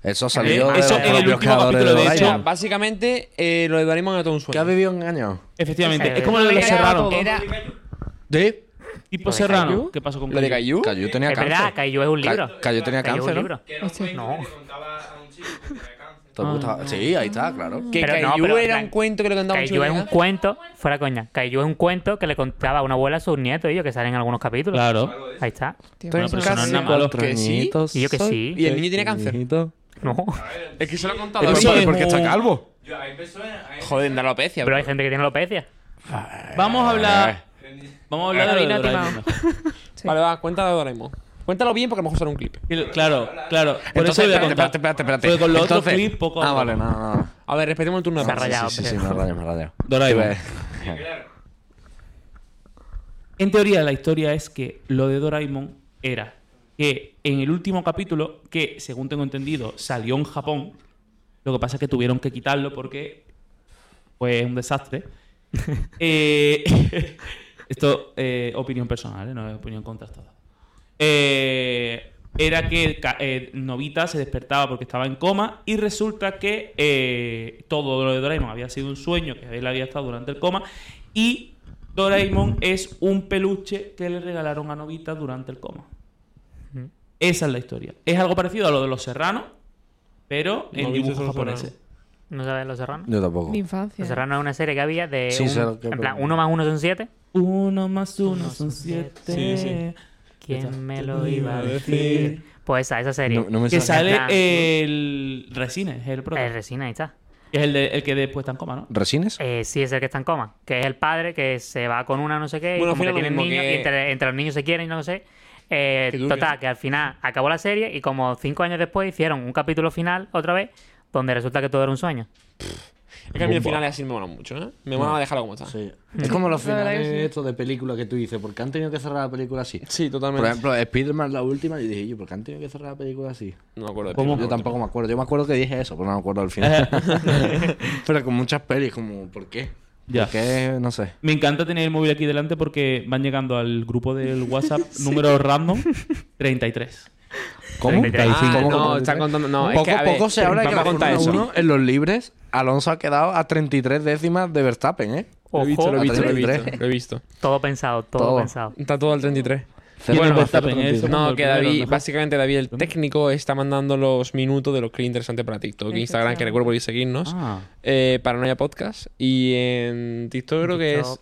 Eso Eh, salió de eso los en el propios último creadores capítulo, de O sea, Doraemon. básicamente, eh, lo de Doraemon era todo un ¿Que ha sueño. vivido engañado? Efectivamente, Sí. es como lo de los Era Serrano. todo. Era- ¿De? Tipo ¿Lo de Serrano. Caillou? ¿Qué pasó con ¿Lo de Caillou? Caillú? Cayu tenía Es verdad, cáncer. Caillou es un libro. Ca- Caillou tenía Caillou es cáncer, un ¿no? libro. Que era un cuento No. que le contaba a un chico que tenía cáncer. ¿Te gusta? Sí, ahí está, claro. Que Pero no, Caillou pero en era plan, un cuento que lo contaba un Caillou es un chico. cuento, fuera coña. Caillou es un cuento que le contaba a una abuela a sus nietos y yo que salen en algunos capítulos. Claro. Ahí está. Tío, Bueno, pero eso no es casi nada malo. cuatro añitos Y yo que sí. Y el niño tiene cáncer. No. Es que se lo ha contado. Pero Eso Ah, ¿por- es ¿Por qué está un- calvo? Yo, hay personas. Hay Joder, da alopecia. Pero hay gente que tiene alopecia. Vamos a hablar. Vamos a hablar de lo de Adivina, Doraemon. timao. mejor. Sí. Vale, va, cuéntalo de Doraemon. Cuéntalo bien porque a lo mejor será un clip. Y lo- Claro, claro. Por eso voy a espérate, contar. espérate, espérate, espérate. Porque con los otros Entonces- clips poco Ah, hablamos. vale, no, no, no. A ver, respetemos el turno de Se ha Pablo. rayado. Sí, sí, pero- sí, me ha rayado, me ha rayado. Doraemon. Sí, ve. En teoría, la historia es que lo de Doraemon era que en el último capítulo, que según tengo entendido, salió en Japón, lo que pasa es que tuvieron que quitarlo porque fue un desastre. Eh, esto, eh, opinión personal, ¿eh? no es opinión contrastada. Eh, era que ca- eh, Novita se despertaba porque estaba en coma y resulta que eh, todo lo de Doraemon había sido un sueño que él había estado durante el coma y Doraemon es un peluche que le regalaron a Novita durante el coma. Ujú. Esa es la historia. Es algo parecido a lo de los serranos, pero en Novita dibujos son los japoneses. Serrano. ¿No sabes Los Serranos? Yo tampoco. Mi infancia. Los Serranos es una serie que había de. Sí, un- sé lo que- en plan, uno más uno son siete. Uno más uno son siete. Sí, sí. ¿Quién me lo iba a decir? Pues esa, esa serie. No- no me Que Que sale eh, está- el Resines, es el prota. El resina, ahí está. Que es el, de- el que después está en coma, ¿no? ¿Resines? Eh, sí, es el que está en coma. Que es el padre que se va con una, no sé qué. Bueno, y como al que final tienen lo mismo, niños y que- entre, entre los niños se quieren y no sé. Eh, Que dure. total, que al final acabó la serie y como cinco años después hicieron un capítulo final otra vez donde resulta que todo era un sueño. Es que a mí el final así me mola mucho, ¿eh? Me mola dejarlo como está. Sí, Sí. Es como los La verdad finales que sí. estos de películas que tú dices, ¿por qué han tenido que cerrar la película así? totalmente. Por ejemplo, Spider-Man, la última, yo dije, yo, ¿por qué han tenido que cerrar la película así? no me acuerdo. de Yo Spider-Man. tampoco me acuerdo. Yo me acuerdo que dije eso, pero no me acuerdo al final. pero con muchas pelis, como, ¿por qué? Ya. ¿Por qué? No sé. Me encanta tener el móvil aquí delante porque van llegando al grupo del WhatsApp número random 33. ¿Cómo? 33. Ah, ¿Cómo, no, cómo? están contando- no, es poco que, a a ver, poco se habla de que vamos la a contar Fórmula eso. 1 en los libres, Alonso ha quedado a 33 décimas de Verstappen, ¿eh? Lo he visto, Ojo, lo he visto, lo he visto, 33. lo he visto. Todo pensado, todo, Todo. pensado. Está todo al 33. Cero Bueno, de Verstappen, Verstappen, eso. No, Como que el primero, David, mejor. básicamente David, el técnico, está mandando los minutos de los clips interesantes para TikTok. Eso, Instagram, sí. que recuerdo podéis seguirnos. Ah. Eh, Paranoia Podcast. Y en TikTok creo que es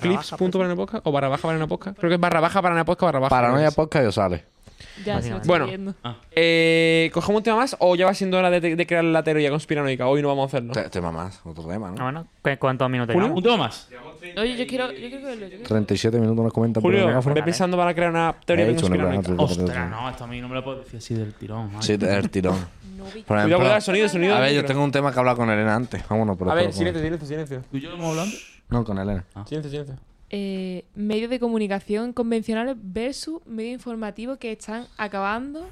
clips.paranoia podcast o barra baja paranoia podcast. Creo que es barra baja paranoia podcast, barra baja. Pues, Paranoia creo que es. Podcast yo sale. Ya, se lo Básicamente. estoy Bueno. viendo. Eh, ¿Cogemos un tema más o ya va siendo hora de, de crear la teoría conspiranoica? Hoy no vamos a hacerlo. Te, te mamás, otro tema, ¿no? Ah, Bueno, ¿cu- ¿cuántos minutos Uno, llevamos? Un tema más. Oye, yo quiero, yo quiero que lo... yo quiero- 37 minutos nos comentan por el Julio, megáfono. ve pensando para crear una teoría He dicho una conspiranoica. broma, Ostras, no, esto a mí no me lo puedo decir así del tirón. madre. Sí, te- el tirón. Por Cuidado, ejemplo, cuidado, sonido, sonido. a ver, yo micro. tengo un tema que he hablado con Elena antes. Vámonos, pero A después ver, lo comento. silencio, silencio, silencio. ¿Tú y yo lo hemos hablado? No, con Elena. Silencio, silencio. eh, medios de comunicación convencionales versus medios informativos que están acabando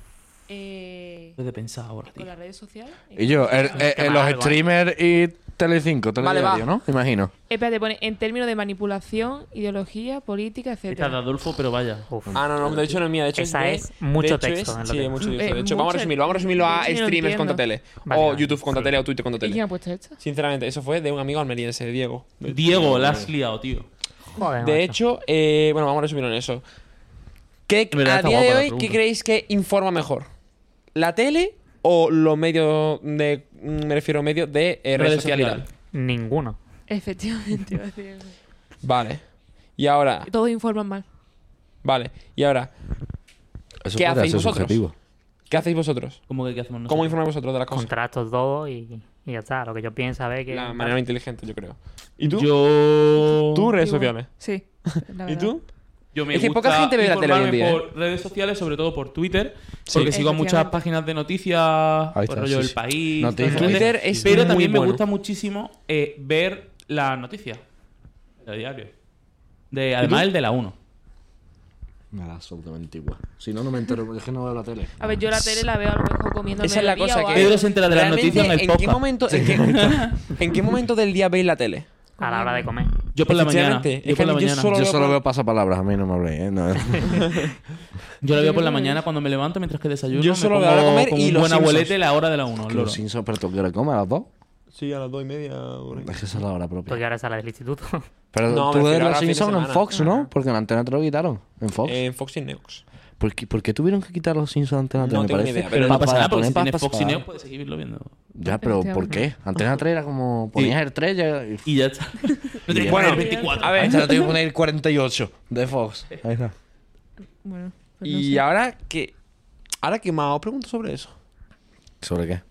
eh, Puedes pensar ahora, tío. con las redes sociales. Y yo, el- el- Qué el- mal, los algo, ¿eh? streamers y Telecinco, Vale, Telediario, va. ¿no? Imagino. Eh, Espérate, pone en términos de manipulación, ideología, política, Esta de etcétera. Adolfo, pero vaya. Uf. Ah, no, no, de hecho no es mía, de hecho Esa de- es mucho de hecho texto, es- es lo sí, que- es mucho texto. Eh, De hecho, vamos a mucho- resumirlo, vamos a resumirlo a yo no lo streamers entiendo. contra tele. O Vale, YouTube contra sí. tele o Twitter contra ¿Y tele. quién ha puesto esta? Sinceramente, eso fue de un amigo almeriense, Diego. Diego, la has liado, tío. Joder, macho. De hecho, eh, bueno, vamos a resumirlo en eso. ¿Qué, En verdad a está día de guapa la hoy, ¿qué pregunta. creéis que informa mejor? ¿La tele o los medios de. mm, Me refiero a medios de eh, redes Redes sociales? y sociales. tal? Ninguno. Efectivamente, iba a decir eso. Vale. Y ahora, Todos informan mal. vale. Y ahora, Eso ¿Qué puede hacéis ser vosotros? subjetivo. ¿qué hacéis vosotros? ¿Cómo que qué hacemos nosotros? ¿Cómo informáis vosotros de las cosas? Contratos todo y, y ya está. Lo que yo pienso, a ver que. La manera inteligente, yo creo. ¿Y tú? Yo. ¿Tú redes Igual. sociales? Sí. la ¿Y verdad. tú? Yo me Es que gusta poca gente ve la tele hoy en informarme día, ¿eh? por redes sociales, sobre todo por Twitter, Sí. porque sigo a muchas Efectivamente. páginas de noticias, Ahí por está, rollo sí, del sí. país. Noticias. tal, Twitter tal. es Pero muy también me bueno. gusta muchísimo eh, ver las noticias de diario. De, además, el de la 1. Me da absolutamente igual. Si no, no me entero, porque es que no veo la tele. A ver, yo la tele la veo a lo mejor comiendo. Esa es la cosa que- Pedro se entera de las eh. Realmente, noticias en el qué podcast. momento, en, qué, en qué momento del día veis la tele? A la hora de comer. Yo por la mañana. Efectivamente, es Yo por que la a mí yo mañana. solo- Yo veo solo por- veo pasapalabras, a mí no me habléis, ¿eh? No, Yo la veo por la mañana cuando me levanto mientras que desayuno. Yo me solo pongo la hora de comer con y un Los buen Simpsons. abuelete la hora de la 1. los Simpsons, pero tú quieres comer a las dos. Sí, a las dos y media. Es que esa es la hora Tú propia. que ahora sales del instituto. Pero No, me tú ves refiero los ahora a fin de Simpsons en semana. Eh, Fox, ¿no? Porque en Antena te lo quitaron. En Fox. En Fox y Neox. ¿Por, qué, por qué tuvieron que quitar los Simpsons de Antena 3? No me tengo ni parece. idea, Pero Pa- no pasa para nada, porque poner si tienes pas- Fox y para- Neox puedes seguirlo viendo. Ya, pero ¿por qué? Antena 3 era como. Ponías el 3 ya. y- Y ya está. No tienes que Bueno, poner 24. a Ahí ver. Pues está, tengo que poner el 48 de Fox. Ahí está. Bueno, pues no Y sé. ahora que. Ahora que más os pregunto sobre eso. ¿Sobre qué?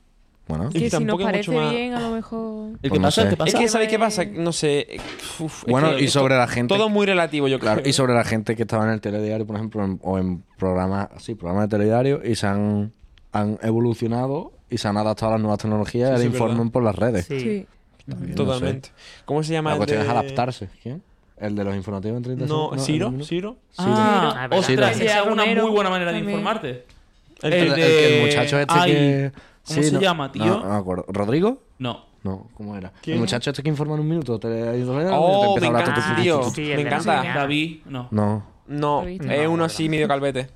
Bueno. y Que si nos tampoco hay mucho parece más. bien, a lo mejor. El Pues que no pasa, el sé. que Es pasa. que, ¿sabéis qué pasa? No sé. eh, uf, es Bueno, que y esto- sobre la gente. Todo muy relativo, yo creo. Claro, y sobre la gente que estaba en el telediario, por ejemplo, en- o en programas, sí, programas de telediario, y se han, han evolucionado y se han adaptado a las nuevas tecnologías Sí, y sí, le es informan verdad. por las redes. Sí. Sí. También, no sé. Totalmente. ¿Cómo se llama? La el cuestión de- es adaptarse. ¿Quién? ¿El de los informativos en 30 No, segundos? Ciro. el- Ciro. Ah, Sí, sí, sí. ostras, Sí, esa es una Romero muy buena manera de también. informarte. El, el- de- el muchacho este Ay, que. ¿cómo se no- llama, tío? No, no me acuerdo. ¿Rodrigo? No. No, ¿cómo era? ¿Quién? El muchacho este que informa en un minuto. Te, Oh, te me empieza a hablar encanta, tú, tú, tú, tío. tú, tú. Sí, el me de la encanta. señal. David, no. No. No, Lo he es visto. uno así medio calvete.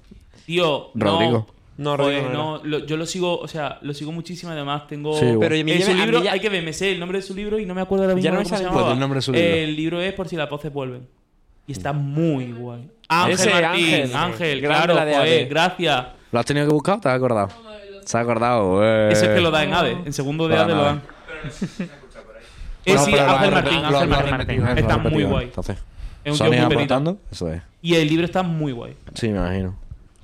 Tío, no. Rodrigo. No, Joder, Rodrigo no no, lo- yo lo sigo, o sea, lo sigo muchísimo. Además, tengo. Sí, igual. Pero a mí en ya su me- a mí libro, ya- hay que ver, me sé el nombre de su libro y no me acuerdo ahora mismo Ya no me cómo se sale. llamaba. Pues el nombre de su libro. El libro es Por si las voces vuelven. Y está muy guay. Ángel Ese, Martín, Ángel. Ángel, Grande claro, la de joder, AVE. gracias. ¿Lo has tenido que buscar o te has acordado? Se ha acordado. eh. Eso es que lo da en AVE, en segundo de Para AVE lo nada. dan. Eh, No, sí, pero Ángel lo han Martín, repetido, Ángel lo han Martín. repetido, lo han Está muy repetido. guay. Entonces, Es un Sony tío muy perito. aportando. Eso es. Y el libro está muy guay. Sí, me imagino.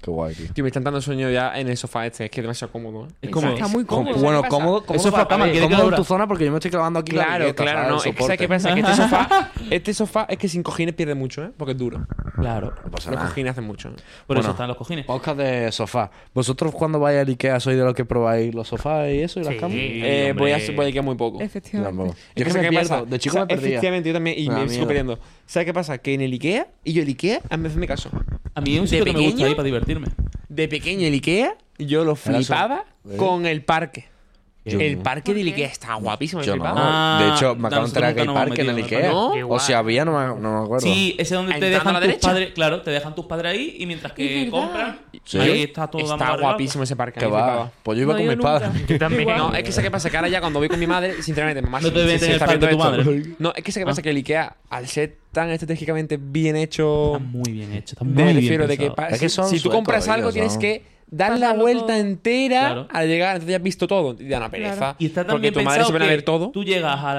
Qué guay, tío. Tío, me están dando sueño ya en el sofá este. Es que es demasiado cómodo, ¿eh? Es como. Está muy cómodo. bueno, ¿sabes qué pasa? cómodo, cómodo, Eso fue a cama, para- que cómodo queda en tu ahora. zona porque yo me estoy clavando aquí la Claro, billeta, claro, ¿sabes? no. El Es que ¿sabes qué soporte. pasa? Que este sofá, este sofá es que sin cojines pierde mucho, ¿eh? Porque es duro. Claro. No pasa Los nada. cojines hacen mucho. ¿eh? Por eso Bueno. están los cojines. Podcast de sofá. ¿Vosotros cuando vais al Ikea sois de los que probáis los sofás y eso y las Sí. camas? Sí, Eh, voy a hombre. voy a quedar muy poco. Yo Efectivamente. tampoco. Es Yo es sé que me qué pasa. pierdo. De chico O sea, me perdía. Efectivamente, yo también. Y Me da me sigo miedo. perdiendo. ¿Sabes qué pasa? Que en el Ikea, y yo el Ikea, a veces me caso. A mí es un sitio que me gusta pequeño? ir para divertirme. De pequeño el Ikea, yo lo Era eso. flipaba ¿Eh? con el parque. Yo el no. parque ¿Por del qué? Ikea está guapísimo. me Yo no. flipaba. Ah, de hecho, me no, acabo de nosotros enterar que hay nunca nos parque en el metimos, Ikea. ¿no? O si había, no me, no me acuerdo. Sí, ese es donde te Entrando a dejan la tus derecha. padres. Claro, te dejan tus padres ahí y mientras que Es verdad. compran, Sí. ahí está todo Está amarrado. guapísimo ese parque. a Que mí me va. flipaba. Pues yo iba No, con mis nunca. padres. Yo también. Igual. No, es que sé qué pasa, que ahora ya cuando voy con mi madre, sinceramente, mamá, No te deben tener está parte viendo de tu esto. madre. No, es que sé qué pasa, que el Ikea, al ser tan estratégicamente bien Está hecho, muy bien hecho. Está muy me bien refiero de que, pensado. pa- Es que si- son si tú suecos compras ellos, algo ¿no? tienes que dar la Pasarlo vuelta todo. entera Claro. al llegar, entonces ya has visto todo, y da una pereza. Claro. Y está porque también tu madre pensado se que pone a ver todo tú llegas a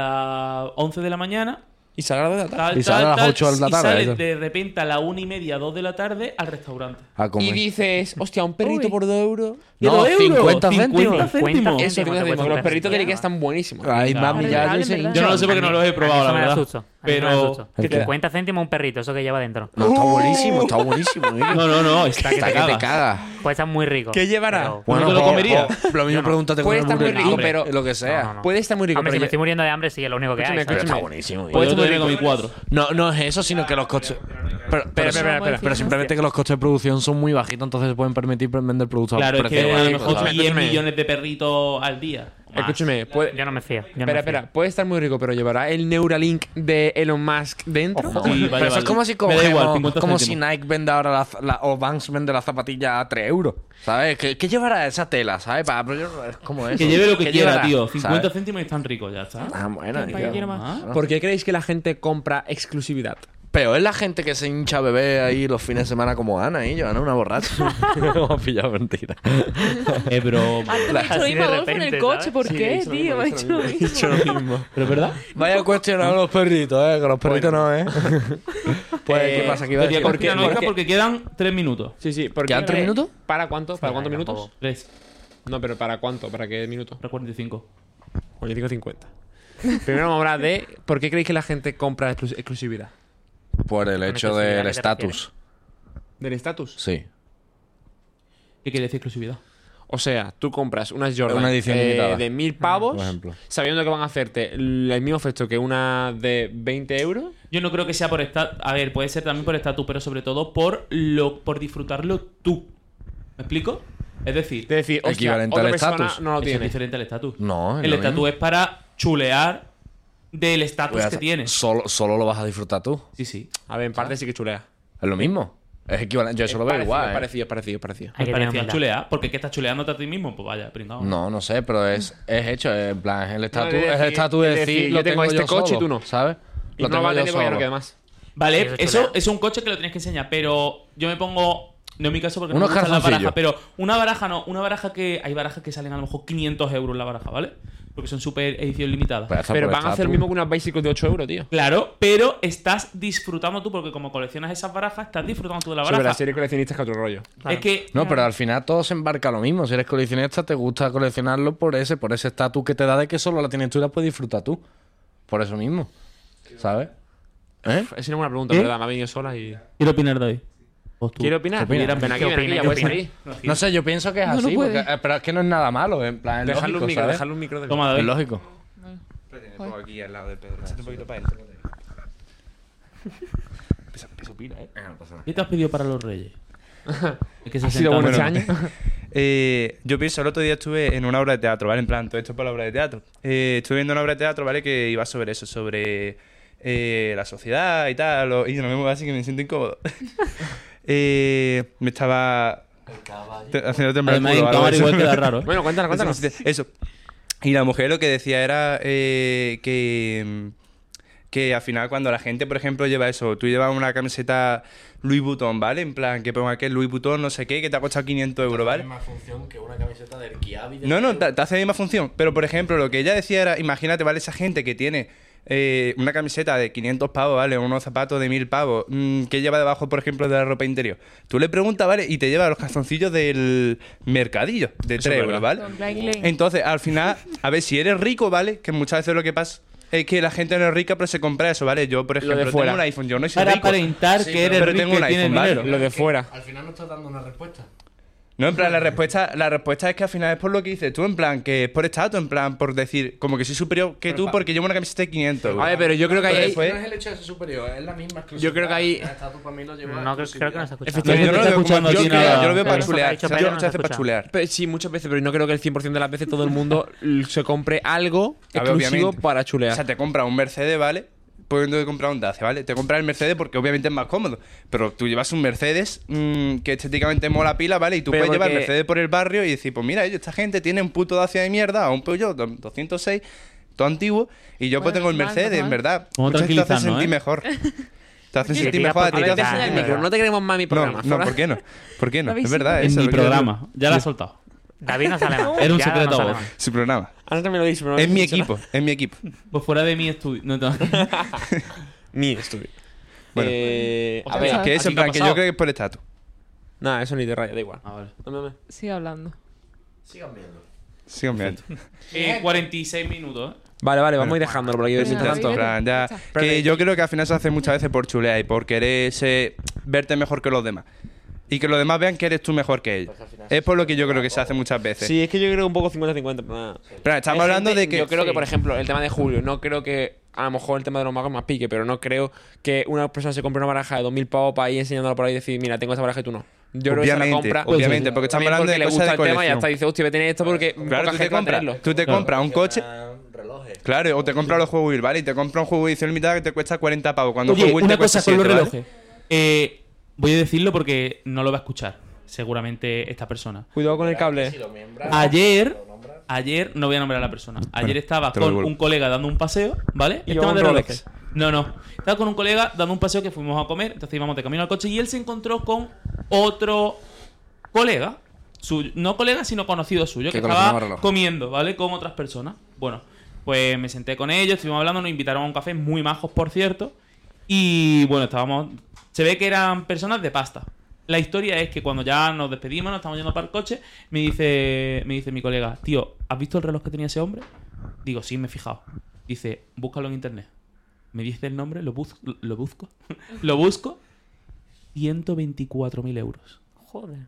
las 11 de la mañana, y sale a la tarde. tal, Y tal, sale a las tal, 8 de la y tarde, sales eso. de repente a las 1 y media, 2 de la tarde al restaurante. A Y comer. dices, hostia, un perrito Uy. por dos euros. Ah, No, ¡Dos euros! 50 50 céntimos. céntimos. Eso, Céntimos, te te digo, cuesta los perritos de una Ikea pasta. están buenísimos. Ay, Claro. mami, ya Arreglable, dicen- ¿verdad? Yo no lo sé porque no los he probado, la Eso me da verdad. susto, a mí me da Pero. susto. ¿Qué te da? 50 céntimos un perrito, eso que lleva dentro. No, está buenísimo, está buenísimo. ¿eh? Uh. No, no, no, está que Está te que te cagas. cagas. Puede estar muy rico. ¿Qué llevará? pero- Bueno, te lo jo, comería. jo, Lo mismo pregúntate Puede con el estar muy burger, rico, hombre, pero- lo que sea. No, no, no. Puede estar muy rico, Hombre, si me pero estoy muriendo de hambre, sí, es lo único que Escúchame, hay. ¿sabes? escúchame. buenísimo. Pues yo Puede todavía estar muy comí cuatro. No, no es eso, sino que los costes. Pero, espera, pero, espera, espera. pero simplemente que los costes de producción son muy bajitos, entonces se pueden permitir vender productos Claro, a es precio que a lo bajo, mejor ¿sabes? escúchame, 10 escúchame. millones de perritos al día. o más. Escúchame, puede- Yo no me fío. yo no Espera, me fío. espera, puede estar muy rico, pero llevará el Neuralink de Elon Musk dentro. Sí, va a Pero eso es llevarlo. como si Me da igual, cogemos, 50 como si céntimos. Nike vende ahora la, la- o Vans vende la zapatilla a 3 euros, ¿sabes? ¿Qué, qué llevará esa tela, sabes? Para, pero yo- es como eso. Que lleve lo que ¿Qué quiera, llevará, tío. 50 ¿sabes? céntimos y están ricos, ya está. Ah, bueno. ¿Para qué tío. quiero más? Ah. ¿Por qué creéis que la gente compra exclusividad? Pero es la gente que se hincha a beber ahí los fines de semana como Ana y yo, Ana, una borracha. Hemos pillado mentira. Es broma. Antes me he hecho lo Así de mismo a Adolfo en repente, el coche. ¿Por Sí, qué, hizo lo tío? mismo, Me he hizo hecho lo lo mismo. Pero es verdad. Vaya a cuestionar a los perritos, eh, que los perritos no, eh. pues, ¿qué Eh, pasa? ¿Qué iba a Quería decir? ¿por qué? cortar la oreja ¿Por qué? porque quedan 3 minutos. Sí, sí, porque ¿Quedan tres minutos? ¿Para cuánto? ¿Para Sí, cuántos tampoco. minutos? 3, No, pero ¿para cuánto? ¿Para qué minuto? 45. Oye, digo 50. Primero vamos a hablar de por qué creéis que la gente compra exclus- exclusividad. Por el hecho exclusividad, del ¿qué te estatus. Del estatus. Sí. ¿Qué quiere decir exclusividad? O sea, tú compras unas Jordan Una edición eh, limitada. de mil pavos, Por ejemplo. sabiendo que van a hacerte el el mismo efecto que una de 20 euros. Yo no creo que sea por estatus. A ver, puede ser también por estatus, pero sobre todo por lo por disfrutarlo tú. ¿Me explico? Es decir, Es decir, hostia, Equivalente otra al persona estatus. no lo eso es Este tiene. diferente al estatus. No, es El lo estatus mismo. es para chulear del estatus Pues, que tienes. Solo, solo lo vas a disfrutar tú. Sí, sí. A ver, en parte sí que chulea. Es lo mismo. Es equivalente. Yo eso lo veo parecido, igual. eh. parecido, parecido, parecido. Hay Me que tener parecía humildad. chulear. Porque ¿qué estás chuleándote a ti mismo? Pues vaya, pringado. No, no sé, pero es, es hecho. es en plan, es el estatus. de es el decir- estatus de de decir, decir, lo yo tengo este yo coche y solo, tú no. ¿sabes? Y Lo no tengo va a yo tener porque ya solo. no queda más. Sí, Vale, eso es eso chulea. es un coche que lo tienes que enseñar, pero yo me pongo. No en mi caso porque no Unos me gusta la baraja, calzoncillos. pero una baraja no, una baraja que. Hay barajas que salen a lo mejor 500 euros la baraja, ¿vale? Porque son super edición limitada. Pues está Pero por van a hacer estatus. lo mismo que unas bicycles de 8 euros, tío. Claro, pero estás disfrutando tú, porque como coleccionas esas barajas, estás disfrutando tú de la Sobre la baraja. serie coleccionistas que otro rollo. Es que. No, pero al final todo se embarca lo mismo. Si eres coleccionista, te gusta coleccionarlo por ese por ese estatus que te da de que solo la tienes tú y la puedes disfrutar tú. Por eso mismo. ¿Sabes? ¿Eh? Esa no es una pregunta, ¿Eh? ¿verdad? Me ha venido sola y. Quiero opinar de hoy. ¿Quiero opinar? ¿Qué opinas? Ven aquí, ¿Qué ven aquí, opinas? ya ¿Qué puedes opinas? salir. No sé, yo pienso que es No, no así, porque- puede. eh, pero es que no es nada malo, en plan, es Dejadle lógico, un micro, ¿sabes? dejadle un micro de Toma, Es David. lógico. Espérate, me pongo aquí al lado de Pedro. Échate un poquito para él. Pesa, peso pila, eh. ¿Qué te has pedido para los Reyes? es que se Ha sido bueno este sentaron- año. Eh, yo pienso, el otro día estuve en una obra de teatro, ¿vale? En plan, todo esto es para la obra de teatro. Eh, estuve viendo una obra de teatro, ¿vale? Que iba sobre eso, sobre eh, la sociedad y tal. o- Y no me muevo así que me siento incómodo. Eh, me estaba te- haciendo temblar el Además, en culo, cámara algo igual así. queda raro. ¿eh? Bueno, cuéntanos, cuéntanos. Eso, Eso. Y la mujer lo que decía era eh, que, mm, que al final cuando la gente, por ejemplo, lleva eso, tú llevas una camiseta Louis Vuitton, ¿vale? En plan, que ponga que Louis Vuitton, no sé qué, que te ha costado 500 euros, ¿vale? función que una camiseta del Kiabi. No, no, te, te hace la misma función. Pero, por ejemplo, lo que ella decía era, imagínate, ¿vale? Esa gente que tiene eh, una camiseta de 500 pavos, ¿vale? Unos zapatos de 1000 pavos, mm, que lleva debajo, por ejemplo, de la ropa interior. Tú le preguntas, ¿vale? Y te lleva los calzoncillos del mercadillo de 3 euros, ¿vale? Con Black Lane. Entonces, al final, a ver, si eres rico, ¿vale? Que muchas veces lo que pasa es que la gente no es rica, pero se compra eso, ¿vale? Yo, por ejemplo, tengo fuera. un iPhone, yo no soy Para rico. aparentar que eres pero rico tengo un y tienes iPhone, ¿vale? dinero. Lo de fuera. Al final no estás dando una respuesta. No, en plan, la respuesta, la respuesta es que al final es por lo que dices tú, en plan, que es por estatus, en plan, por decir, como que soy superior que tú porque llevo una camiseta de 500. A güey. ver, pero yo creo que ahí. Entonces, hay- pues, No es el hecho de ser superior, es la misma exclusividad. Yo creo que ahí- El estatus para mí lo lleva No, creo, creo que no exclusividad. se escucha. No, yo, no lo Está veo como- escuchando yo, aquí creo- nada. yo lo Claro, veo para eso que ha chulear. dicho Yo Pedro no muchas se veces para escucha. chulear. Pe- Sí, muchas veces, pero no creo que el 100% de las veces todo el mundo l- se compre algo A ver, exclusivo obviamente. para O sea, chulear. te compra un Mercedes, ¿vale? Pues Pudiendo comprar un Dacia, ¿vale? Te compras el Mercedes porque obviamente es más cómodo. Pero tú llevas un Mercedes mm, que estéticamente mola pila, ¿vale? Y tú Pero puedes llevar porque- Mercedes por el barrio y decir, pues mira, esta gente tiene un puto Dacia de mierda, o un Peugeot 206, todo antiguo, y yo Bueno, pues tengo el normal, Mercedes, en normal. verdad. Vamos a Muchas veces te hace tranquilizarnos, sentir ¿eh? mejor. Te hace Sí, sentir diga, mejor a ti. porque te Ahora a hace te está, enseña el sentir micro, mejor. no te queremos más en mi No, programa. no, ¿por qué no? ¿Por qué no? Lo Es habéis verdad, En eso. mi lo que yo digo. programa. Ya la ha soltado. David no sale más. Era un Ya no secreto a sale voz. más. Su programa. Ahora también lo he dicho, pero no Es lo he mi dicho equipo, es mi equipo. Pues fuera de mi estudio. No, no. nada. Mi estudio. Bueno. Eh, a sea, ver, ¿a Que ¿a es ti en qué ha plan que yo pasado? creo que es por estatus. Nah, eso ni de raya, da igual. Ah, vale. No, no, no. Sigue hablando. Sigan mirando. Eh, 46 minutos. ¿eh? Vale, vale, vamos a ir dejándolo por aquí. Venga, mientras David, tanto. En plan, ya- Ya está. que yo creo que al final se hace muchas veces por chulear y por querer ser- verte mejor que los demás. Y que los demás vean que eres tú mejor que Pues ellos. Es por lo que yo creo que se hace muchas veces. Sí, es que yo creo que un poco 50-50, pero nada. Pero estamos Hay hablando gente- de que. Yo creo que, sí. por ejemplo, el tema de Julio, no creo que. A lo mejor el tema de los magos más pique, pero no creo que una persona se compre una baraja de 2.000 pavos para ir enseñándola por ahí y decir, mira, tengo esa baraja y tú no. Yo creo que se la Obviamente, compra. obviamente, porque estamos También hablando porque de le cosas gusta de el tema y ya colección. está. Dice, hostia, voy a tener esto porque Claro, poca tú te, gente va a compras, tenerlo. tú te Claro. compras un coche. Claro, o te compras los juegos Wii, ¿vale? Y te compras un juego de edición limitada que te cuesta 40 pavos. Cuando un Oye, juego Wii una te cuesta cosa con los 7, ¿vale? relojes. Eh, voy a decirlo porque no lo va a escuchar, seguramente, esta persona. Cuidado con el cable. Ayer, ayer, no voy a nombrar a la persona. Ayer estaba te lo con devuelvo. un colega dando un paseo, ¿vale? Y El llevaba tema un de Rolex. relojes. No, no. Estaba con un colega dando un paseo que fuimos a comer, entonces íbamos de camino al coche y él se encontró con otro colega, su- no colega, sino conocido suyo, que, Que coleccionaba estaba relojes. comiendo, ¿vale? Con otras personas. Bueno, pues me senté con ellos, estuvimos hablando, nos invitaron a un café, muy majos, por cierto. Y bueno, estábamos. Se ve que eran personas de pasta. La historia es que cuando ya nos despedimos, nos estamos yendo para el coche, me dice, me dice mi colega, tío, ¿has visto el reloj que tenía ese hombre? Digo, sí, me he fijado. Dice, búscalo en internet. Me dice el nombre, lo, bus- lo busco. lo busco. 124.000 euros. Joder.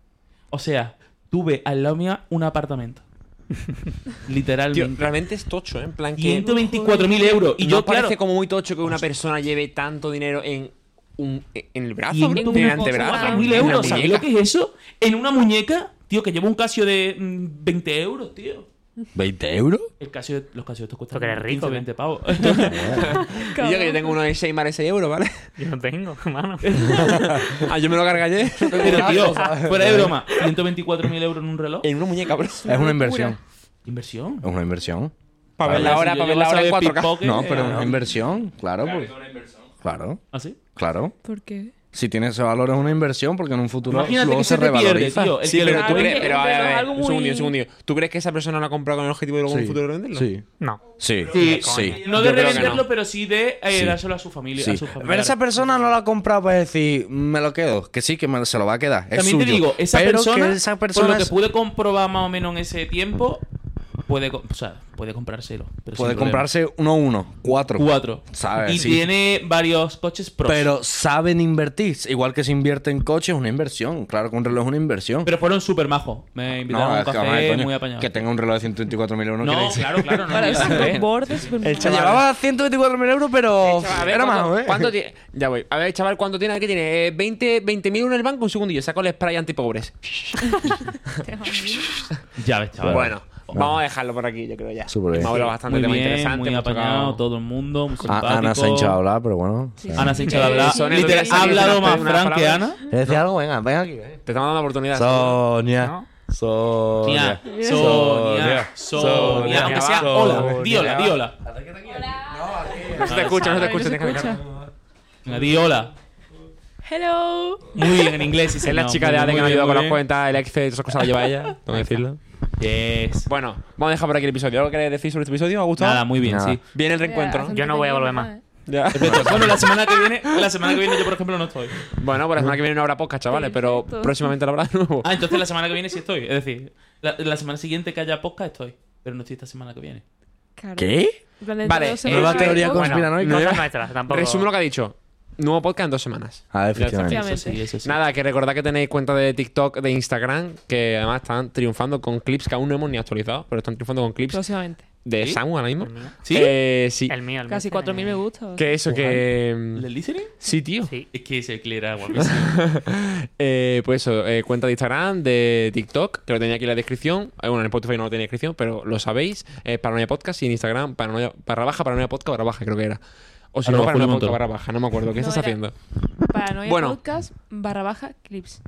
O sea, tuve al lado mía un apartamento. Tío, Literalmente. realmente es tocho, ¿eh? En plan que. 124.000 euros. Y no yo, claro. parece como muy tocho que una persona lleve tanto dinero en, un, en el brazo, en el 124.000 antebrazo. mil en la euros. ¿Sabéis lo muñeca. que es eso? En una muñeca, tío, que lleva un Casio de mm, 20 euros, tío. ¿20 euros? El Casio, los Casio estos cuestan Tú que eres 15, rico, ¿qué? 20 pavos. Y yo que yo tengo uno de 6 más de 6 euros, ¿vale? Yo no tengo, hermano. Ah, yo me lo cargué ayer. Pero, tío, fuera de broma, 124.000 euros en un reloj. En una muñeca, bro. Es una inversión. Inversión. Es una inversión. Para ver la hora, eh, para ver la hora en 4K. No, pero es una inversión, claro. pues. Claro, ¿Así? claro. ¿Por qué? Si tiene ese valor es una inversión porque en un futuro Imagínate luego que se se te pierde, revaloriza. tío. El Sí, que pero lo- tú Ah, crees, venga, pero a ver, a ver, algo un segundillo, muy- un segundillo. ¿Tú crees que esa persona lo ha comprado con el objetivo de luego en un futuro de venderlo? Sí. No. Sí. Sí. Sí. No Yo de creo que revenderlo, no. pero sí de eh, Sí. dárselo a su familia. Sí. A sus Pero familiares. esa persona no la ha comprado para decir, me lo quedo. Que sí, que me- se lo va a quedar. Es También te suyo. digo, esa Pero persona, que esa persona por lo que es- pude comprobar más o menos en ese tiempo, puede, co- o sea, puede comprárselo. pero sin puede problema. comprarse uno, uno, cuatro. cuatro. ¿Sabes? Y Sí. tiene varios coches pros. Pero saben invertir. Igual que se invierte en coches, es una inversión. Claro que un reloj es una inversión. Pero fueron súper majos. Me invitaron a un es que, café ay, coño, muy apañado. que tenga un reloj de 124.000 euros. no, que le- claro, claro. No, Para yo sé. esos bordes con Se llevaba 124.000 euros, pero Chaval, a ver, era ¿cuánto- más, ¿eh? ¿Cuánto tiene? Ya voy. A ver, chaval, ¿cuánto tiene? ¿Qué tiene? Eh, 20 20.000 euros en el banco. Un segundillo. Saco el spray antipobres. Ya ves, chaval. Bueno, vamos a dejarlo por aquí, yo creo ya. Súper bien. Hemos hablado bastante muy de temas bien, interesantes. muy hemos apañado tocado- todo el mundo, muy simpático. A- Ah, Ana se ha hinchado Eh, a hablar, pero bueno. Ana se ha hinchado a hablar. Son el- Literal, ha hablado más una Fran que palabra. Ana. ¿Te decía algo? Venga, venga aquí. ven. Te estamos dando la oportunidad. Sonia. Sonia, Sonia. Sonia, Sonia. Aunque sea Sonia. hola, di hola, di hola. No se te escucha, no se te escucha. Ay, no se tienes que dejarlo. Venga, di hola. Hello. Muy bien, en inglés. sí, Es la señor. chica Muy de ADE que bien, me muy ayudó bien, con las muy bien. cuentas, el Excel, esas cosas las lleva ella. Tengo que decirlo. Yes. Bueno, vamos a dejar por aquí el episodio. ¿Algo queréis decir sobre este episodio? ¿Os ha gustado? Nada, muy bien, Nada. sí. Viene el reencuentro, ¿no? Yo no voy a volver más. Ya. Perfecto. Bueno, la semana que viene, la semana que viene yo, por ejemplo, no estoy. Bueno, por la semana que viene no habrá podcast, chavales, pero Perfecto. próximamente la habrá de nuevo. Ah, entonces la semana que viene sí estoy. Es decir, la, la semana siguiente que haya podcast estoy. Pero no estoy esta semana que viene. ¿Qué? Vale, nueva teoría conspiranoica. Bueno, No, cosas yo- nuestras, tampoco. Resumo lo que ha dicho. Nuevo podcast en dos semanas. Ah, efectivamente. efectivamente. Eso sí, eso sí. Nada, que recordad que tenéis cuenta de TikTok, de Instagram, que además están triunfando con clips que aún no hemos ni actualizado, pero están triunfando con clips Próximamente. de Samu ahora mismo. El mío. ¿Sí? Eh, sí. El mío, el mío. Casi 4.000 me gusta. Que eso, que... mm, ¿El listening? Sí, tío. Sí. Es que ese clear era Eh, pues eso, eh, cuenta de Instagram, de TikTok, que lo tenía aquí en la descripción. Eh, bueno, en Spotify no lo tenía en la descripción, pero lo sabéis. Eh, Paranoia Podcast y en Instagram, paranoia, barra baja, paranoia podcast, barra baja, creo que era. O si no, Arroba paranoia Julio podcast, Montoro. barra baja, no me acuerdo. ¿Qué No, estás era- haciendo? Paranoia Bueno. Podcast barra baja clips.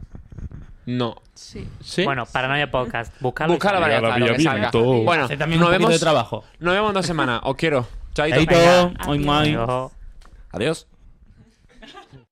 No. Sí. ¿Sí? Bueno, Paranoia Podcast. Buscarlo. busca la variedad, lo que salga. Bueno, Hace también nos un poquito de vemos, trabajo. nos vemos en dos semanas. Os quiero. Chaito. Ahí todo. Oin, oin. Adiós. Adiós.